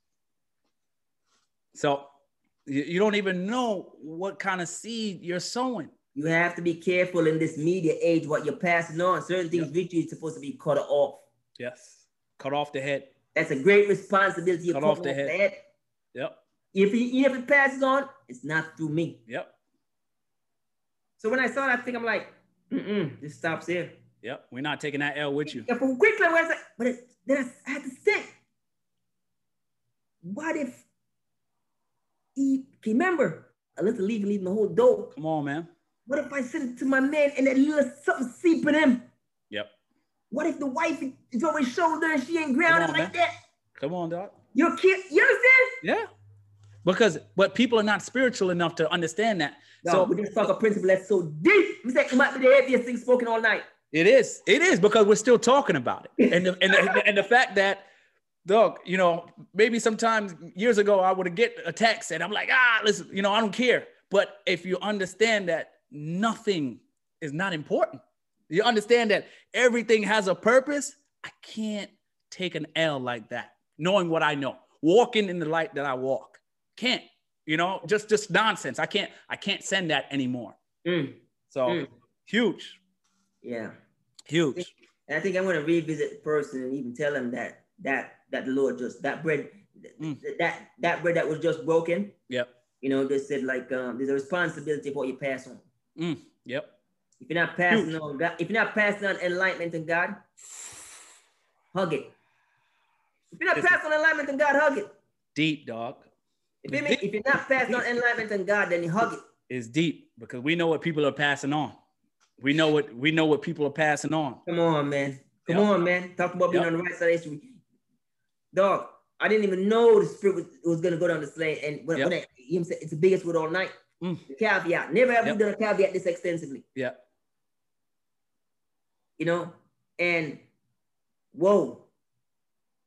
A: So you you don't even know what kind of seed you're sowing.
B: You have to be careful in this media age what you're passing on. Certain things, victory is supposed to be cut off.
A: Yes. Cut off the head.
B: That's a great responsibility. you're
A: Cut off
B: putting
A: the
B: on
A: head.
B: that.
A: Yep.
B: If he, if it passes on, it's not through me.
A: Yep.
B: So when I saw that thing, I'm like, mm-mm, this stops here.
A: Yep, we're not taking that L with you.
B: Yeah, from quickly, I was like, but it, then I had to think, what if he, can you remember, I let the leave leaving the whole dough.
A: Come on, man.
B: What if I sent it to my man and that little something seeping him?
A: Yep.
B: What if the wife is over his shoulder and she ain't
A: Come
B: grounded
A: on, man.
B: like that?
A: Come on, dog.
B: Your kid, you understand?
A: Yeah. Because but people are not spiritual enough to understand that.
B: No,
A: so
B: we just talk a principle that's so deep. We said it might be the heaviest thing spoken all night.
A: it is, it is because we're still talking about it. And the, and the, and the fact that dog, you know, maybe sometimes years ago I would get a text and I'm like, ah, listen, you know, I don't care. But if you understand that nothing is not important, you understand that everything has a purpose. I can't take an L like that, knowing what I know, walking in the light that I walk. Can't, you know, just just nonsense. I can't, I can't send that anymore.
B: Mm,
A: So
B: Mm.
A: huge,
B: Yeah.
A: huge.
B: And I think I'm going to revisit the person and even tell him that that that the Lord just that bread th-
A: Mm.
B: th- that that bread that was just broken.
A: Yep.
B: You know, they said like um, there's a responsibility for what you pass on.
A: Mm. Yep.
B: If you're not passing
A: Huge.
B: on God, if you're not passing on enlightenment to God, hug it. If you're not
A: Listen.
B: passing on enlightenment to God, hug it.
A: Deep, dog.
B: If, you if you're not passing on enlightenment to God, then you hug it.
A: is deep because we know what people are passing on. We know what we know what people are passing on.
B: Come on, man. Come
A: Yep.
B: on, man. Talk about being
A: Yep.
B: on the right side of history. Dog, I didn't even know the spirit was, was gonna go down this lane. And when,
A: Yep.
B: when I, you know what I'm saying, it's the biggest word all night.
A: Mm.
B: The caveat. Never have
A: Yep.
B: we done a caveat this extensively,
A: Yeah.
B: you know? And whoa,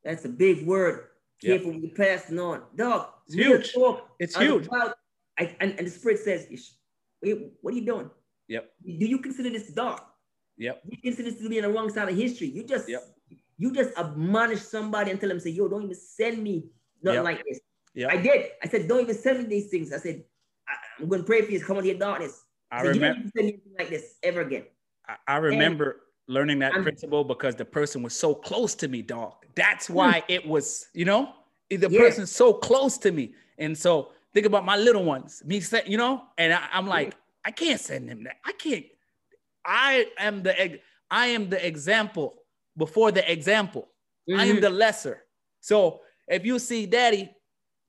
B: that's a big word.
A: Yep.
B: Careful with you passing on. Dog,
A: It's
B: real
A: huge.
B: talk
A: It's
B: on the
A: huge.
B: wild- I, and, and the spirit says, "Ish, wait, what are you doing?
A: Yep.
B: Do you consider this dark?
A: Yep.
B: you consider this to be on the wrong side of history. You just
A: Yep.
B: you just admonish somebody and tell them, say, yo, don't even send me nothing
A: Yep.
B: like this. I
A: Yep.
B: did. I said, don't even send me these things. I said, I, am gonna pray for you. Come on here, darkness.
A: I
B: said, you don't
A: remember
B: even send me anything like this ever again.
A: I- I remember learning that
B: I'm-
A: principle because the person was so close to me, dog. That's why it was, you know, the
B: Hmm. Yeah.
A: person's so close to me. And so think about my little ones, me, se- you know, and I,
B: Hmm.
A: I'm like, I can't send them that. I can't. I am the ex- I am the example before the example. I am
B: Mhm.
A: the lesser. So if you see daddy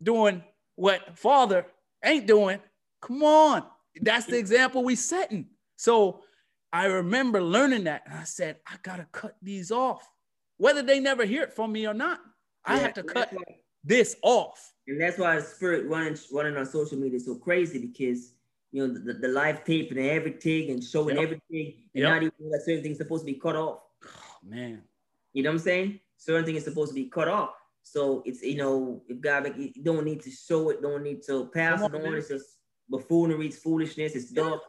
A: doing what father ain't doing, come on. That's the example we setting. So I remember learning that and I said, I gotta cut these off. Whether they never hear it from me or not, I
B: Yeah,
A: have to
B: and
A: cut
B: that's why-
A: this off.
B: And that's why the spirit running running on social media is so crazy because you know the, the live tape and everything and showing
A: Yep.
B: everything and
A: Yep.
B: not even that certain things supposed to be cut off.
A: Oh, man.
B: You know what I'm saying? Certain thing is supposed to be cut off. So it's you know, if God make you don't need to show it, don't need to pass
A: Come
B: it
A: on,
B: on.
A: man.
B: It's just buffoonery, it's foolishness, it's
A: Yeah.
B: dumb.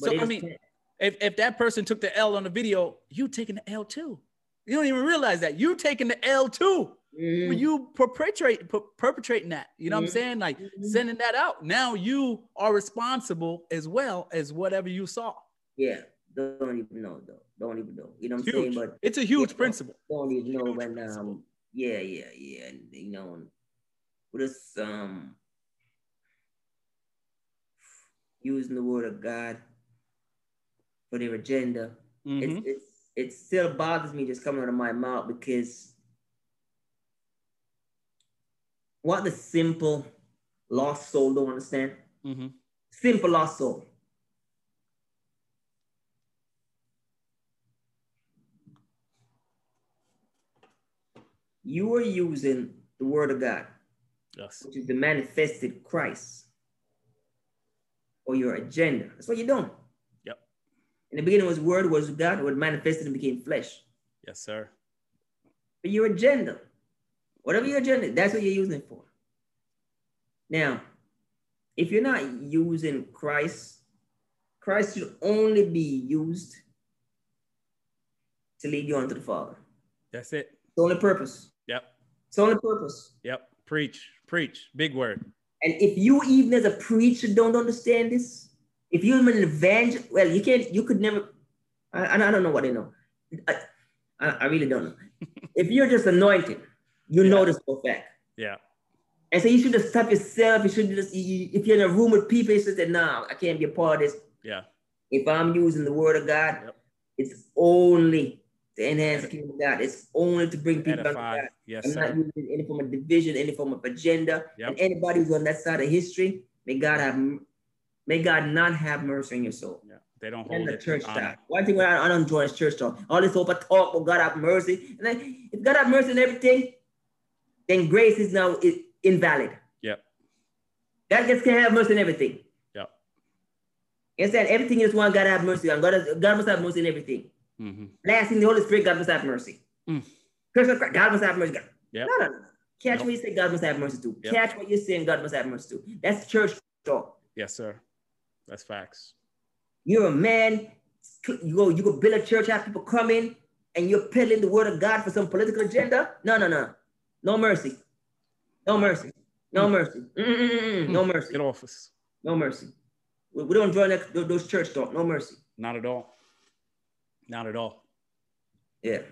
A: So,
B: they
A: I
B: just
A: mean,
B: can't.
A: If, if that person took the L on the video, you taking the L too. You don't even realize that. You taking the L too.
B: Mhm.
A: when you perpetrate per- perpetrating that you know what i'm
B: Mhm.
A: saying like
B: Mhm.
A: Mm-hmm. sending that out now you are responsible as well as whatever you saw
B: yeah, don't even know though. Don't even know. You know what I'm
A: huge
B: saying? But
A: it's a huge
B: Yeah.
A: principle
B: don't even know
A: Huge
B: when
A: principle.
B: um yeah, yeah, yeah. And you know, and what is um using the word of God for their agenda.
A: Mhm.
B: it's, it's it still bothers me just coming out of my mouth because what the simple lost soul don't understand.
A: Mhm.
B: Simple lost soul. You are using the word of God,
A: yes
B: which is the manifested Christ, or your agenda. That's what you're doing.
A: Yep.
B: In the beginning was word, was God, word manifested and became flesh.
A: yes sir
B: But your agenda, whatever your agenda, that's what you're using it for. Now, if you're not using Christ, Christ should only be used to lead you onto the Father.
A: that's it
B: It's the only purpose.
A: yep
B: It's the only purpose.
A: yep preach preach big word
B: And if you even as a preacher don't understand this, if you're even an evangel, well, you can't, you could never, I, I don't- I don't know what they know. I, I, I really
A: *laughs*
B: don't know. if you're just anointed, you know
A: Yeah.
B: this for a fact.
A: yeah
B: And so you should just stop yourself. You should just, you- you, if you're in a room with people, you should say, nah, I can't be a part of this.
A: yeah
B: If I'm using the word of God,
A: Yep.
B: it's only to enhance the kingdom of God. It's only to bring people under
A: edify
B: God.
A: yes
B: I'm not
A: sir
B: using any form of division, any form of agenda.
A: Yep.
B: And anybody who's on that side of history, may God have, may God not have mercy on your soul.
A: yeah they don't hold
B: And the
A: it
B: church
A: in honor.
B: talk. One thing when I, I don't join is church talk. All this over talk, oh God have mercy. And then if God have mercy on everything, then grace is now i- invalid.
A: Yep.
B: That just can have mercy on everything.
A: Yep.
B: You understand? Everything is one God have mercy on. God, has, God must have mercy on everything.
A: Mhm.
B: Last thing, the Holy Spirit, God must have mercy.
A: Mm.
B: Curse of Christ, God must have mercy. God.
A: Yep.
B: No, no, no. Catch
A: Nope.
B: what you say, God must have mercy to.
A: Yep.
B: Catch what you're saying, God must have mercy to. That's church talk.
A: yes sir that's facts
B: You're a man. You go, you go build a church, have people come in, and you're peddling the word of God for some political agenda. No, no, no. No mercy. No mercy.
A: Mm.
B: No mercy. Mm, Mm-mm-mm-mm. No mercy.
A: get office
B: No mercy. We, we don't join that, those church talk. No mercy.
A: not at all not at all
B: Yeah.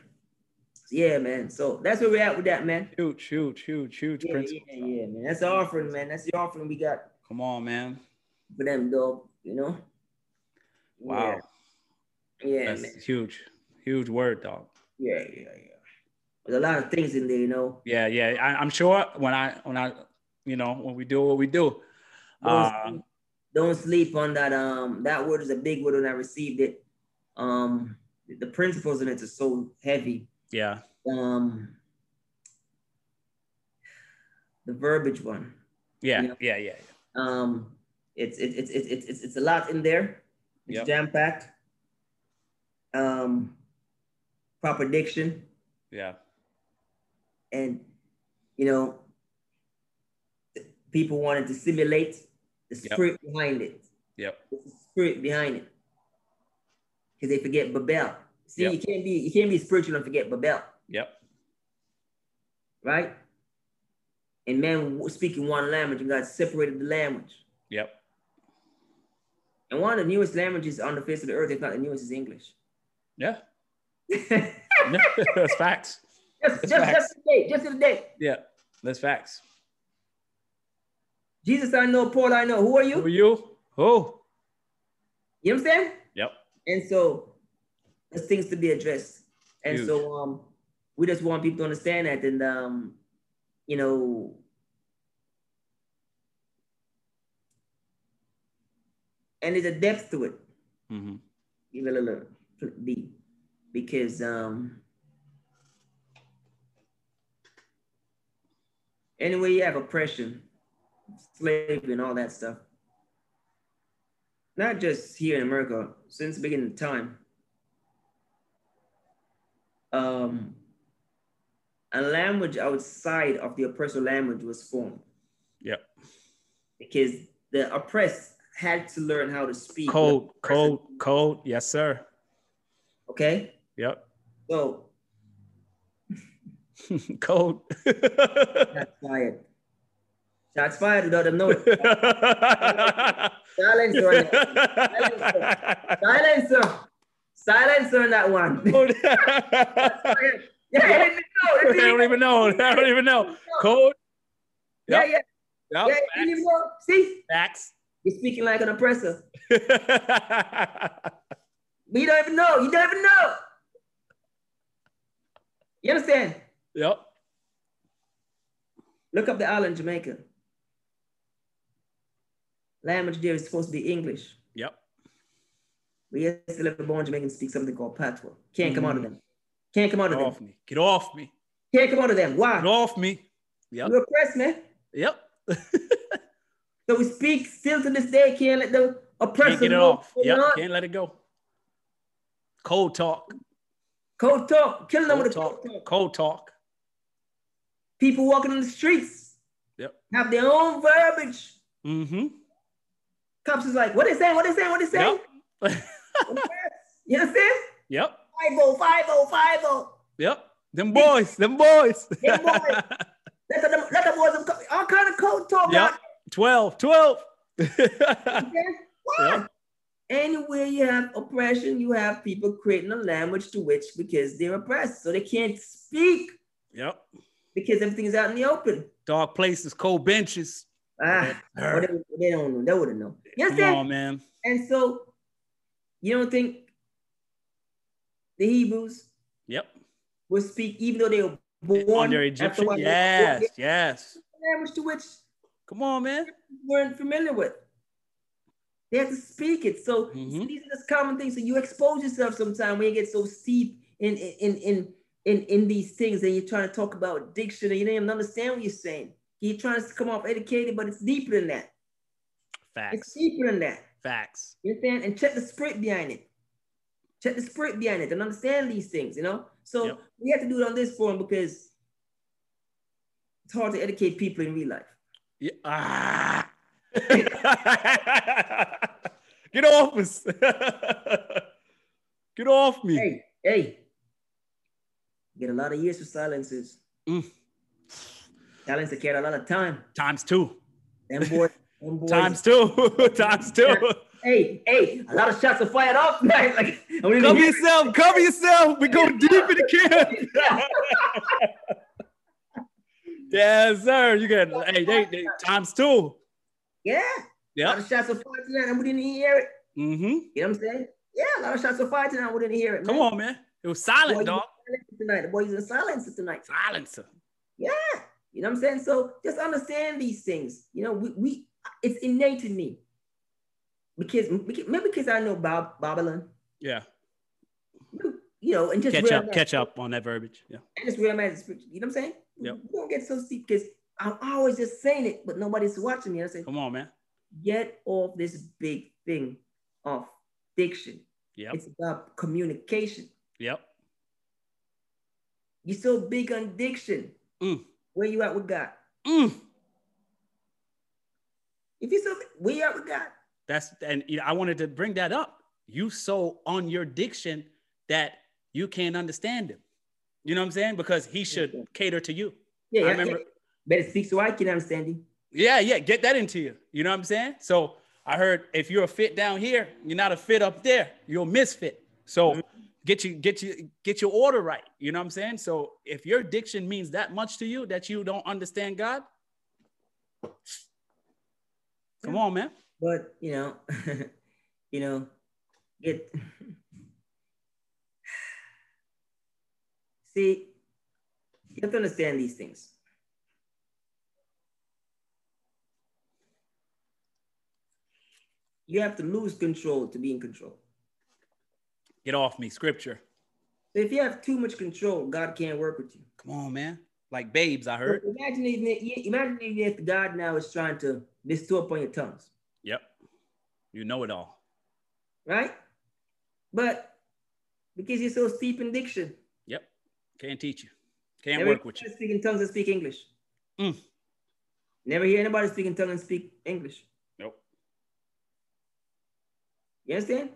B: Yeah, man. So that's where we're at with that, man.
A: huge huge huge huge
B: Yeah, yeah,
A: principle
B: yeah, man. That's the offering, man. That's the offering we got
A: come on man
B: for them, dog. You know?
A: wow
B: Yeah, yeah man.
A: That's huge, huge word, dog.
B: Yeah, yeah, yeah. There's a lot of things in there, you know.
A: Yeah, yeah. I, I'm sure when I when I you know when we do what we do,
B: Those
A: uh,
B: don't sleep on that. Um, that word is a big word when I received it. Um, the principles in it are so heavy.
A: Yeah.
B: Um, the verbiage one.
A: Yeah. Yeah.
B: Yeah.
A: Yeah.
B: Um, it's it's it's it's it's- it's it's a lot in there. It's
A: Yep.
B: jam packed. Um, proper diction
A: Yeah.
B: and you know, people wanted to simulate the
A: Yep.
B: spirit behind it.
A: Yep.
B: It's the spirit behind it. Because they forget Babel. See,
A: Yep.
B: you can't be you can't be spiritual and forget Babel,
A: Yep.
B: right? And man w- speaking one language, and God separated the language.
A: Yep.
B: And one of the newest languages on the face of the earth, if not the newest, is English. *laughs*
A: Yeah. *laughs*
B: just,
A: That's facts.
B: just, just today, just today.
A: Yeah. That's facts.
B: Jesus, I know. Paul, I know. Who are you?
A: Who are you? Who?
B: You understand?
A: Yep.
B: And so there's things to be addressed. And
A: Huge.
B: so um we just want people to understand that and um you know and there's a depth to it.
A: hmm
B: Give it a little B because um anyway you have oppression, slavery and all that stuff. Not just here in America, since the beginning of time. Um a language outside of the oppressor language was formed
A: Yep.
B: because the oppressed had to learn how to speak.
A: Cold. Cold. Cold. Yes, sir.
B: Okay.
A: Yep. *laughs*
B: So *laughs*
A: Cold. *laughs*
B: Shots fired. Shots fired without them knowing. Silencer on that.
A: Cold.
B: Silencer. Silencer on that one. *laughs* yeah, let me know.
A: I
B: Let me
A: don't
B: know.
A: even know. I don't even know. Cold.
B: Yeah,
A: Yep.
B: yeah,
A: Yep.
B: yeah. you didn't even know. See,
A: *laughs* Facts.
B: you're speaking like an oppressor,
A: Facts.
B: but you don't even know. You don't even know. You understand?
A: yep.
B: Look up the island, Jamaica. Language there is supposed to be English,
A: Yep.
B: but yes, the little born Jamaican speak something called patois. Can't come out of
A: Mm.
B: them. Can't come out
A: Get
B: of them.
A: off me. Get off me.
B: Can't come out of them.
A: Get
B: Why?
A: off me. Yep.
B: You're oppressed, man.
A: Yep.
B: So we speak still to this day, can't let the oppressor
A: Can't get it
B: know
A: off.
B: what's
A: Yep.
B: going on.
A: Can't let it go. Cold talk.
B: Cold talk, killing them
A: Cold
B: with the cold
A: talk.
B: talk.
A: Cold talk.
B: People walking on the streets
A: Yep.
B: have their own verbiage.
A: Mm-hmm.
B: Cops is like, what is that? What is that? What is that?
A: *laughs* Yep.
B: You understand?
A: yep.
B: Five oh, five oh, five oh.
A: Yep. Them boys. Them boys.
B: Them
A: *laughs*
B: boys. Let them, let them boys them co- all kind of cold talk.
A: Yep.
B: out
A: 12. 12.
B: *laughs* there. Why?
A: Yep.
B: Anywhere you have oppression, you have people creating a language to which because they're oppressed, so they can't speak
A: Yep.
B: because everything is out in the open.
A: Dark places, cold benches.
B: Ah, well, they, they don't know. They wouldn't know. You
A: Come
B: understand?
A: on, man.
B: And so, you don't think the Hebrews
A: Yep.
B: would speak, even though they were born
A: Under
B: after
A: Egyptian.
B: what they were
A: Yes.
B: born,
A: Yes.
B: they had a language to which
A: Come on, man.
B: they weren't familiar with. They had to speak it. So
A: Mhm.
B: these are just common things. So you expose yourself sometimes when you get so steep in in in in in these things, and you're trying to talk about diction, and you don't even understand what you're saying. You're trying to come off educated, but it's deeper than that. It's
A: Facts.
B: deeper than that.
A: Facts.
B: You understand? And check the spirit behind it. Check the spirit behind it and understand these things, you know? So
A: Yep.
B: we have to do it on this forum because it's hard to educate people in real life.
A: Yeah. *laughs* Ah. Get off us. *laughs* Get off me.
B: Hey, hey. Get a lot of years for silences.
A: Mm.
B: Silence that carry a lot of time.
A: Times two. *laughs*
B: Them boys, them boys.
A: Times two. *laughs* Times two.
B: Hey, hey, a lot of shots are fired off, *laughs* man. Like, I don't even
A: Cover
B: hear-
A: yourself. Cover yourself. We go deep in the camp. *laughs* yes, sir. You got hey, they, they times two.
B: Yeah, a lot
A: Yep.
B: of shots are fired tonight and we didn't hear it.
A: Mm-hmm.
B: You know what I'm saying? Yeah, a lot of shots are fired tonight and we didn't hear it.
A: Come
B: man.
A: on, man. It was silent,
B: Boy,
A: dog.
B: silencer tonight. The boys in silence tonight.
A: Silencer.
B: You know what I'm saying? So just understand these things. You know, we, we it's innate in me. because because- maybe because I know Bob Babylon,
A: Yeah.
B: you know, and just
A: Catch up,
B: realize-
A: catch up on that verbiage. Yeah.
B: I just realized, it's- you know what I'm saying?
A: Yep.
B: We don't get so deep because I'm always just saying it, but nobody's watching me. I say,
A: Come on, man.
B: get off this big thing of diction.
A: Yep.
B: It's about communication.
A: Yep.
B: You're so big on diction.
A: Mm.
B: Where you at with God?
A: Mm.
B: If you so where you at with God?
A: That's and you know, I wanted to bring that up. You so on your diction that you can't understand him. You know what I'm saying? Because he should cater to you.
B: Yeah,
A: I
B: yeah,
A: remember-
B: yeah. Better speak so I can understand you.
A: Yeah, yeah, get that into you. You know what I'm saying? So I heard if you're a fit down here, you're not a fit up there. You're a misfit. So get you get you get your order right. You know what I'm saying? So if your diction means that much to you that you don't understand God, come on, man.
B: But you know, *laughs* you know, get *sighs* see, you have to understand these things. You have to lose control to be in control.
A: Get off me, scripture.
B: So if you have too much control, God can't work with you.
A: Come on, man. Like babes, I heard.
B: Imagine if, imagine if God now is trying to bestow upon your tongues.
A: Yep. You know it all.
B: right? But because you're so steep in diction,
A: Yep. Can't teach you. Can't
B: never
A: work with
B: hear
A: you.
B: anybody speak in tongues and speak English.
A: Mm.
B: Never hear anybody speak in tongues and speak English.
A: Nope.
B: You understand?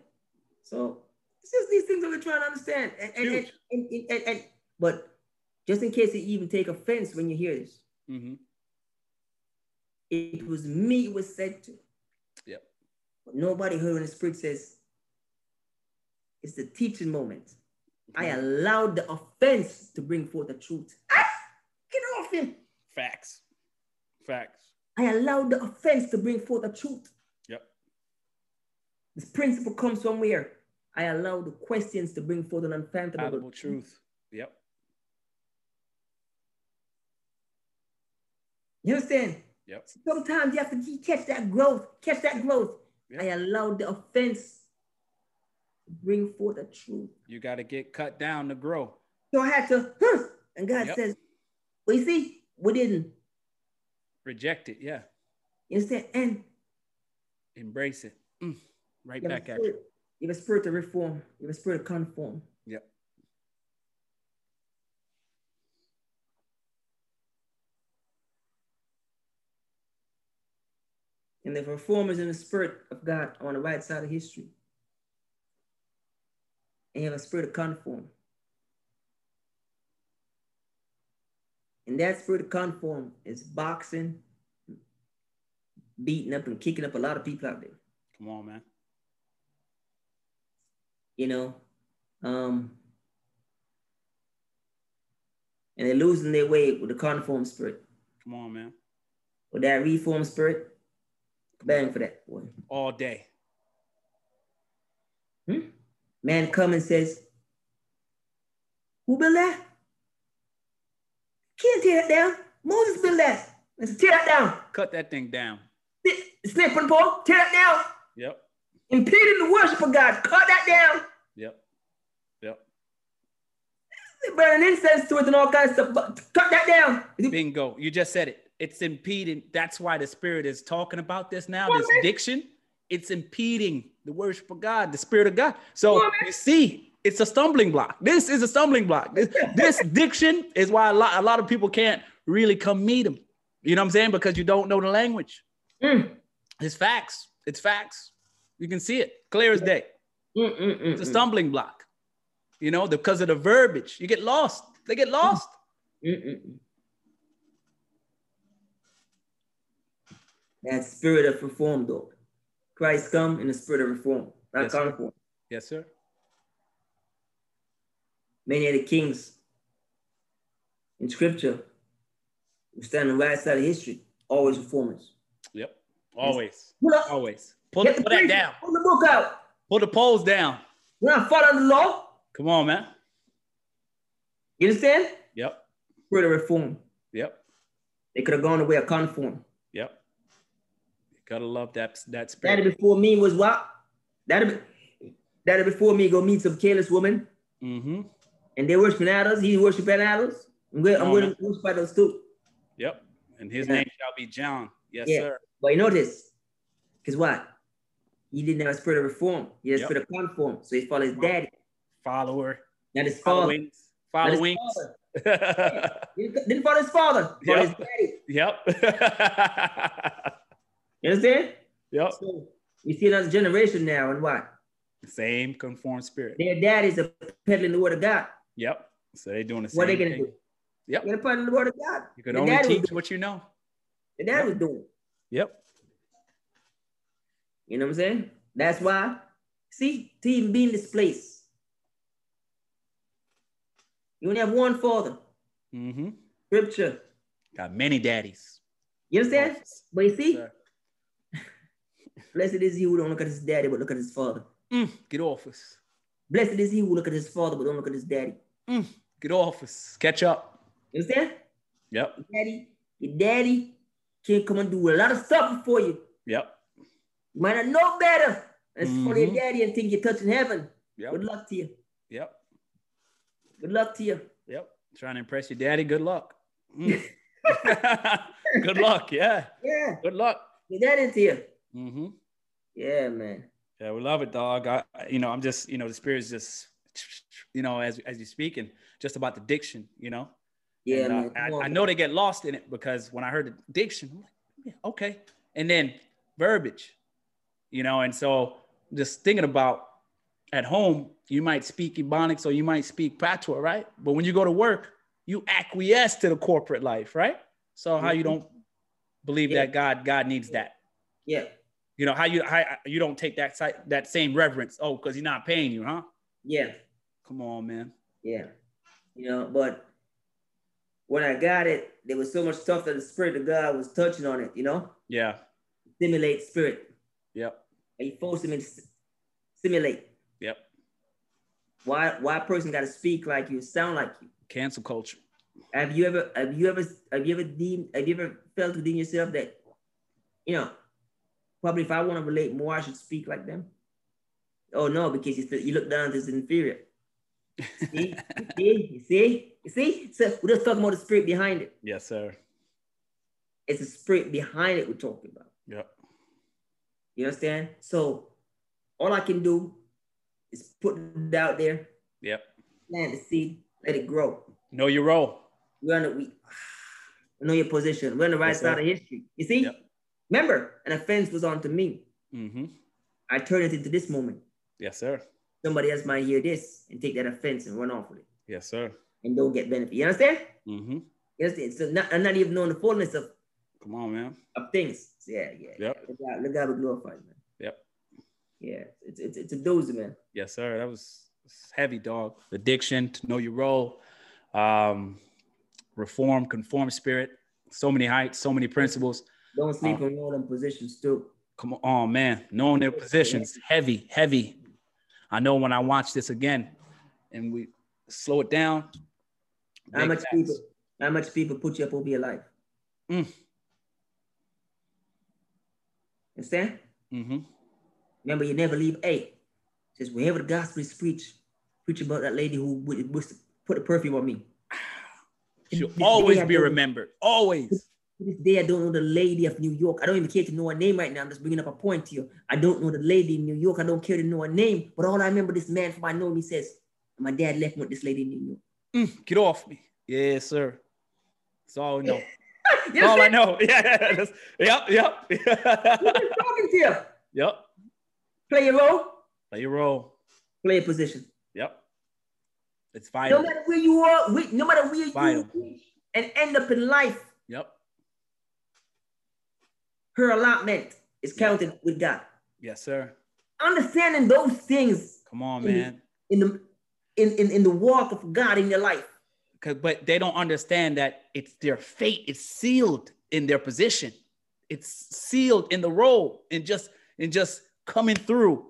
B: So it's just these things that we're trying to understand. And, and, and,
A: Huge.
B: and, and, and- and- but just in case you even take offense when you hear this,
A: Mm-hmm.
B: it was me it was said to.
A: Yep.
B: But nobody heard when the spirit says, it's the teaching moment. I
A: Mm-hmm.
B: allowed the offense to bring forth the truth. Ah, get off him.
A: Facts. Facts.
B: I allowed the offense to bring forth the truth.
A: Yep.
B: This principle comes from where? I allow the questions to bring forth an unfathomable
A: Palatable truth. Yep.
B: You understand?
A: Yep.
B: Sometimes you have to ke- catch that growth, catch that growth.
A: Yeah.
B: I allowed the offense to bring forth the truth.
A: You got to get cut down to grow.
B: So I had to, huh? And God
A: Yep.
B: says, well, you see, we didn't.
A: Reject it. Yeah.
B: You understand? And
A: Embrace it. Mm. Right
B: you have, a
A: back at you.
B: spirit, you have a spirit to reform. You have a spirit to conform.
A: Yep.
B: And the reformers in the spirit of God are on the right side of history. And you have a spirit of conform. And that spirit of conform is boxing, beating up, and kicking up a lot of people out there.
A: Come on, man.
B: you know. Um, and they're losing their way with the conform spirit,
A: Come on, man.
B: with that reform spirit. Bang for that boy.
A: All day.
B: Man come and says, Who built that? Can't tear that down. Moses built that. I said, tear that down.
A: Cut that thing down.
B: Snip and Paul, tear that down.
A: Yep.
B: Impeding the worship of God, cut that down.
A: Yep. Yep.
B: They burn incense to it and all kinds of stuff. but Cut that down.
A: Bingo. You just said it. It's impeding. That's why the spirit is talking about this now.
B: Come
A: This
B: on, man.
A: diction. It's impeding the worship of God, the spirit of God. So
B: Come on, man.
A: you see, it's a stumbling block. This is a stumbling block. This, this diction is why a lot, a lot of people can't really come meet him. You know what I'm saying? Because you don't know the language.
B: Mm,
A: It's facts. It's facts. You can see it clear as day.
B: mm, mm, mm,
A: It's a
B: mm.
A: stumbling block. You know, because of the verbiage, you get lost. They get lost.
B: Mm-mm-mm. That spirit of reform, though. Christ come in the spirit of reform, not
A: Yes, sir.
B: conform.
A: Yes, sir.
B: Many of the kings in scripture who stand on the right side of history, always reformers.
A: Yep. Always.
B: Pull up,
A: Always. Pull,
B: get
A: pull
B: the
A: Oh, that
B: priest,
A: down.
B: Pull the book out.
A: Pull the poles down.
B: We're not following the law.
A: Come on, man.
B: You understand?
A: Yep.
B: Spirit of reform.
A: Yep.
B: They could have gone the way of conform.
A: Yep. Gotta love that that
B: Daddy
A: spirit.
B: before me was what? Daddy, be- daddy before me go meet some careless woman
A: mm-hmm.
B: and they worshiping idols. He worshiping idols. I'm going, I'm
A: No,
B: going to worship idols too.
A: Yep. And his
B: Yeah.
A: name shall be John. Yes,
B: Yeah.
A: sir.
B: But you notice, because what? He didn't have a spirit of reform. He had a
A: Yep.
B: spirit of conform. So he followed his daddy,
A: Follower.
B: not his father.
A: Following.
B: Not his
A: Following.
B: father.
A: *laughs*
B: He Didn't follow his father. He Followed his
A: Yep.
B: daddy.
A: yep.
B: You understand?
A: *laughs* yep.
B: So we see another generation now, and what?
A: Same conformed spirit.
B: Their daddies are peddling the word of God.
A: Yep. So they're doing the same
B: What are they gonna
A: thing.
B: do?
A: Yep.
B: They're gonna peddle the word of God.
A: You can
B: The
A: only
B: daddy was
A: teach
B: doing-
A: what you know.
B: The dad was doing.
A: Yep.
B: You know what I'm saying? That's why. See, to even be in this place, you only have one father,
A: Mm-hmm.
B: scripture.
A: Got many daddies.
B: You understand?
A: Yes,
B: But you see,
A: sir.
B: blessed is he who don't look at his daddy, but look at his father.
A: Mm, get off us.
B: Blessed is he who look at his father, but don't look at his daddy.
A: Mm, get off us. Catch up.
B: You understand?
A: Yep.
B: Your daddy, your daddy can come and do a lot of stuff for you.
A: Yep.
B: You might not know better. It's for your
A: Mhm.
B: daddy and think you're touching heaven. Good
A: Yep.
B: luck to you.
A: Yep.
B: Good luck to you.
A: Yep. Trying to impress your daddy. Good luck. *laughs* Mm. good luck. Yeah.
B: Yeah,
A: Good luck.
B: your daddy into you.
A: Mm-hmm.
B: Yeah, man.
A: Yeah, we love it, dog. I, I- you know, I'm just, you know, the spirit is just, you know, as as you're speaking, just about the diction, you know.
B: Yeah,
A: And, uh,
B: man. Come
A: I,
B: on,
A: I
B: man.
A: know they get lost in it because when I heard the diction, I'm like, yeah, okay. And then verbiage, you know, and so just thinking about at home, you might speak Ebonics or you might speak Patois, right? But when you go to work, you acquiesce to the corporate life, right? So how you don't believe
B: Mm-hmm. Yeah.
A: that God, God needs that.
B: Yeah,
A: You know how you how uh, you don't take that si- that same reverence. Oh, because he's not paying you, huh?
B: yeah,
A: Come on, man.
B: yeah. You know, but when I got it, there was so much stuff that the spirit of God was touching on it. You know,
A: Yeah.
B: simulate spirit.
A: Yep.
B: And you force him to simulate.
A: Yep.
B: Why? Why a person got to speak like you, sound like you?
A: Cancel culture.
B: Have you ever? Have you ever? Have you ever deemed? Have you ever felt within yourself that, you know, probably if I want to relate more, I should speak like them? Oh no, because you, feel- you look down as inferior. See, you see, you see, you see. So we're just talking about the spirit behind it.
A: yes, sir.
B: It's the spirit behind it we're talking about.
A: Yep.
B: You understand? So all I can do is put it out there,
A: Yep.
B: plant the seed, let it grow.
A: Know your role.
B: We're on the *sighs* we we know your position. We're on the right
A: Yes, sir.
B: side of history. You see?
A: Yep.
B: Remember, an offense was onto me.
A: Mm-hmm.
B: I turn it into this moment.
A: Yes, sir.
B: Somebody else might hear this and take that offense and run off with it
A: Yes, sir.
B: and don't get benefit. You understand?
A: Mm-hmm.
B: You understand? So not, I'm not even knowing the fullness of,
A: Come on, man.
B: of things. So yeah, yeah. yeah.
A: Yep.
B: Look out, look out, we glorified, man.
A: Yep.
B: Yeah, it's, it's, it's a doozy, man.
A: Yes, sir. That was it's heavy, dog. Addiction to know your role. Um, reform, conform spirit. So many heights, so many principles.
B: Don't sleep on all them positions too.
A: Come on, man. Knowing their positions, heavy, heavy. I know when I watch this again, and we slow it down.
B: How
A: big
B: much
A: facts.
B: people? How much people put you up over your life?
A: Mm.
B: Understand?
A: Mhm.
B: Remember, you never leave eight. Just wherever the gospel is preached, preach about that lady who would, would put a perfume on me.
A: She'll
B: This day
A: always
B: I
A: be
B: don't-
A: remembered. Always.
B: To this day, I don't know the lady of New York. I don't even care to know her name right now. I'm just bringing up a point to you. I don't know the lady in New York. I don't care to know her name. But all I remember this man from I know him. He says, "My dad left me with this lady in New York." *laughs*
A: Mm, get off me. Yes, sir. That's all I know.
B: You
A: That's all I
B: understand?
A: know. *laughs* Yeah. that's- Yep.
B: Who
A: Yep. *laughs*
B: been talking to you?
A: yep.
B: Play your role.
A: Play your role.
B: Play your position.
A: Yep. It's
B: No
A: vital.
B: matter where you are, we- no matter where
A: Vital.
B: you reach and end up in life,
A: Yep.
B: her allotment is counted with God.
A: Yes, sir.
B: Understanding those things
A: Come on,
B: Mhm.
A: man.
B: in the in, in, in the walk of God in your life.
A: 'Cause- but they don't understand that it's their fate. It's sealed in their position. It's sealed in the role, and just and just coming through.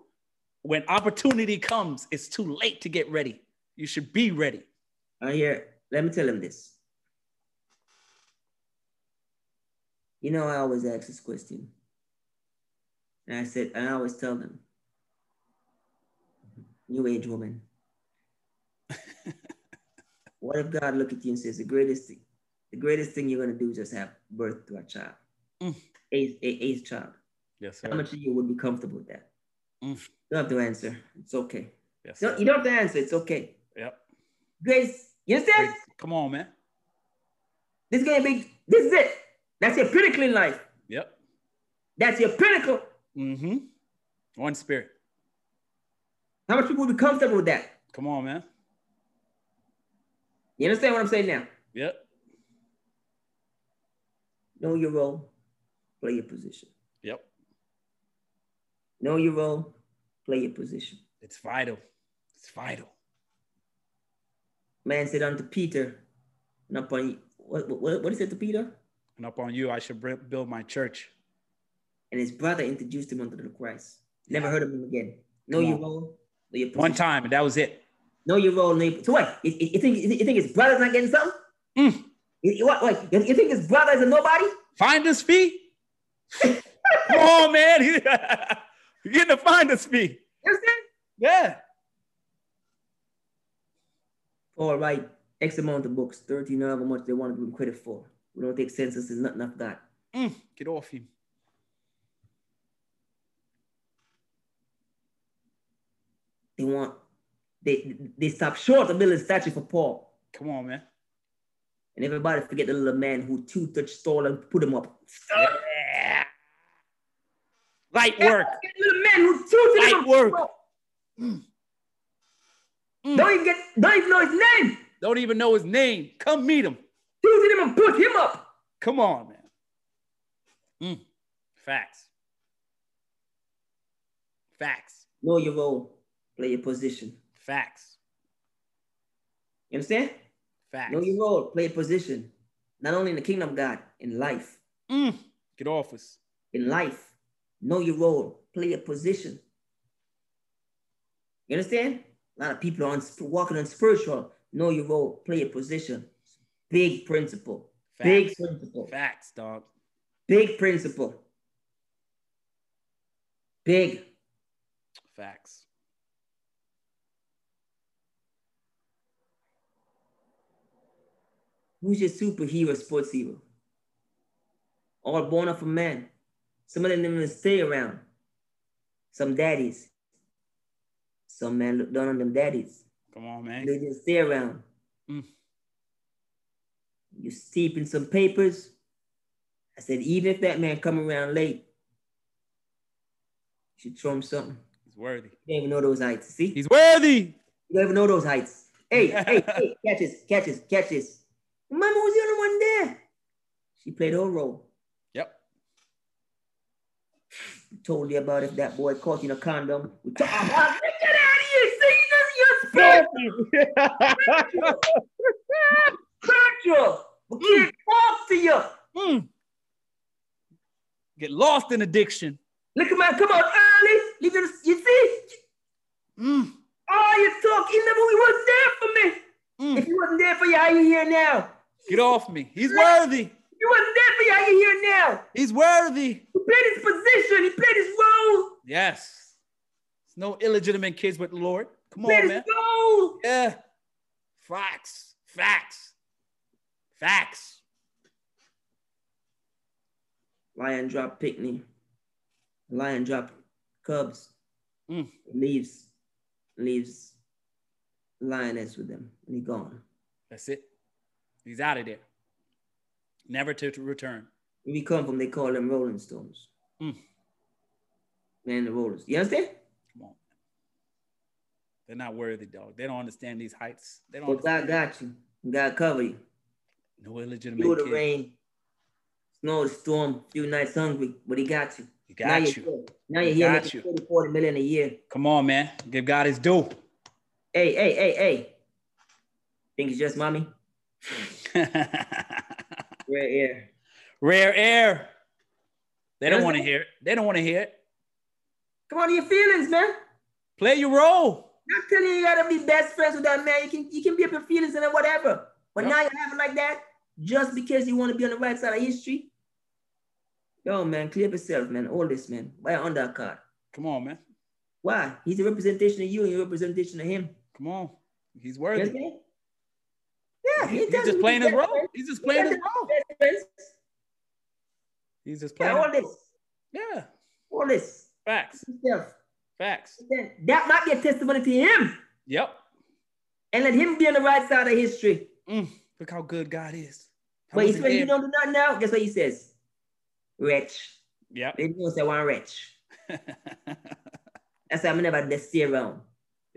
A: When opportunity comes, it's too late to get ready. You should be ready.
B: I hear. Uh, Let me tell him this. You know, I always ask this question. And I said, and I always tell them, New Age
A: *laughs*
B: woman, what if God look at you and says, the greatest thing, the greatest thing you're gonna do is just have birth to a child,
A: Mm.
B: eighth, eighth, eighth child.
A: Yes,
B: How
A: sir.
B: much of you would be comfortable with that?
A: Mm.
B: You don't have to answer. It's okay.
A: Yes,
B: You
A: sir.
B: don't, you don't have to answer. It's okay.
A: Yep.
B: Grace, you understand?
A: Come on, man.
B: This is gonna be. This is it. That's your pinnacle in life.
A: Yep.
B: That's your pinnacle.
A: Mm-hmm. One spirit.
B: How much people would be comfortable with that?
A: Come on, man.
B: You understand what I'm saying now?
A: Yep.
B: Know your role, play your position.
A: Yep.
B: Know your role, play your position.
A: It's vital. It's vital.
B: Man said unto Peter, and upon what what what is it to Peter?
A: And upon you, I should br- build my church.
B: And his brother introduced him unto the Christ. Never heard of him again. Know
A: Come
B: your
A: on.
B: role, know your position.
A: One time, and that was it.
B: Know your role, know your, so what? You, you- you think you think his brother's not getting something?
A: Mm.
B: You, you- what, what, you, you think his brother is a nobody?
A: Finder's fee. *laughs* Come on, man. *laughs* You're getting a finder's fee.
B: You understand?
A: Yeah.
B: Paul write X amount of books, 13 however much they want to give him credit for. We don't take census, there's nothing of God.
A: Mm. Get off him.
B: They want they they stop short of building a statue for Paul.
A: Come on, man.
B: And everybody forget the little man who two touched stole and put him up.
A: Yeah. Light work.
B: Forget the little man who two touched
A: Light work. Mm.
B: Don't even get don't even know his name.
A: Don't even know his name. Come meet him.
B: Two him and put him up.
A: Come on, man. Mm. Facts. Facts.
B: Know your role, play your position.
A: Facts.
B: You understand?
A: Facts.
B: Know your role, play your position. Not only in the kingdom of God, in life.
A: Mm. Get off us.
B: in life. Know your role, play your position. You understand? A lot of people are on, walking on spiritual. Know your role, play your position. Big principle.
A: Facts.
B: Big principle.
A: Facts, dog.
B: Big principle. Big.
A: Facts.
B: Who's your superhero, sports hero? All born of a man. Some of them didn't even stay around. Some daddies. Some men look down on them daddies.
A: Come on, man.
B: They just stay around.
A: Mm.
B: You steep in some papers. I said, even if that man come around late, you should show him something.
A: He's worthy.
B: You don't even know those heights. See?
A: He's worthy.
B: You don't even know those heights. Hey, hey, hey, catch this, catch this, catch this. Your Mama was the only one there. She played her role.
A: Yep.
B: We *sighs* told you about if that boy caught you in a condom. We told oh, get out of here. See, this is your spirit. spiritual. We can't talk to you.
A: Mm. Get lost in addiction.
B: Look at man, come out early. Leave you, you see?
A: Mm.
B: Oh, you talk. You never, he wasn't there for me.
A: Mm.
B: If he wasn't there for you, how you here now?
A: Get off me. He's worthy.
B: If he wasn't there for you, how you here now?
A: He's worthy.
B: He played his position. He played his role.
A: Yes. It's no illegitimate kids with the Lord. Come
B: played
A: on,
B: his
A: man.
B: role.
A: Yeah. Facts. Facts. Facts.
B: Lion drop Pickney. Lion drop Cubs.
A: Mm.
B: Leaves. Leaves Lioness with them. And he gone.
A: That's it. He's out of there. Never to to return.
B: Where we come from, they call them Rolling Stones.
A: Mm.
B: Man, the Rollers. You understand?
A: Come on. They're not worthy, dog. They don't understand these heights. They don't
B: Well,
A: understand.
B: God got you. God cover you.
A: no illegitimate
B: Through the
A: kid.
B: rain, snow, the storm, few nights hungry, but he got you.
A: He
B: now
A: got you.
B: You're, here. now you're
A: He
B: here
A: got
B: making
A: you.
B: 30, 40 million a year.
A: Come on, man. Give God his due. *laughs*
B: Hey, hey, hey, hey. Think it's just mommy? Right here.
A: Rare air. They don't
B: Does
A: want to
B: it?
A: hear it. They don't want to hear it.
B: Come on to your feelings, man.
A: Play your role.
B: Not telling you you gotta be best friends with that man. You can you can be up your feelings and then whatever. But
A: Yep.
B: now you're having like that just because you want to be on the right side of history. Yo, man, clear up yourself, man. All this, man. Why on that card?
A: Come on, man.
B: Why? He's a representation of you and you're a representation of him.
A: Come on. He's
B: You
A: worthy.
B: understand? Yeah, he
A: He's
B: does-
A: just
B: he
A: playing his
B: does-
A: role. He's just playing his role. He's just
B: Yeah,
A: playing.
B: all this,
A: Yeah.
B: all this
A: Facts.
B: himself.
A: Facts.
B: Then That might be a testimony to him,
A: Yep.
B: and let him be on the right side of history.
A: Mm, look how good God is. I
B: But he
A: wasn't
B: said, you
A: there.
B: don't do nothing now. Guess what he says? Wretch.
A: Yep.
B: They don't say one wretch. That's why I'm never this year around.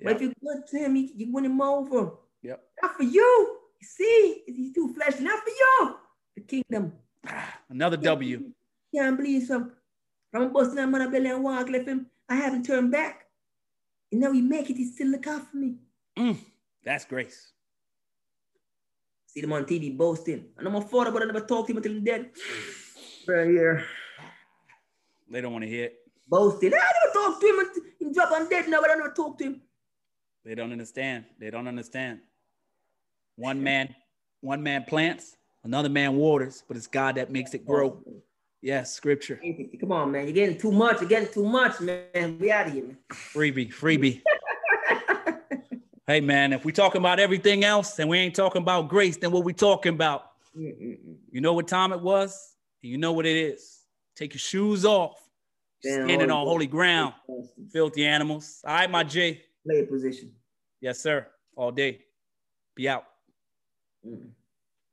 B: But if
A: Yep.
B: you good to him, you, you win him over.
A: Yep.
B: Not for you. You see, he's too fleshly. Not for you. The kingdom.
A: *laughs* Ah, Another W.
B: *laughs* Can't believe some. I'm busting that mother belly and walk left him. I haven't turned back. And now he make it, he still look out for me.
A: That's grace.
B: See them on TV boasting. And I'm affordable. I never talk to him until he's dead.
A: *sighs*
B: Right here.
A: They don't want to hear it.
B: Boasting. I never talk to him until he drop on dead now, but I never talk to him.
A: They don't understand. They don't understand. One man, one man plants, another man waters, but it's God that makes
B: Oh.
A: it grow. Yes, scripture.
B: Come on, man. You're getting too much. You're getting too much, man. We out of here. Man.
A: Freebie, freebie. hey man, if we talking about everything else and we ain't talking about grace, then what we talking about?
B: Mm-mm-mm.
A: You know what time it was, and you know what it is. Take your shoes off.
B: Stand
A: Standing
B: holy
A: on holy ground. Filthy animals. All right, my J.
B: Play a position.
A: Yes, sir. All day. Be out.
B: Mm.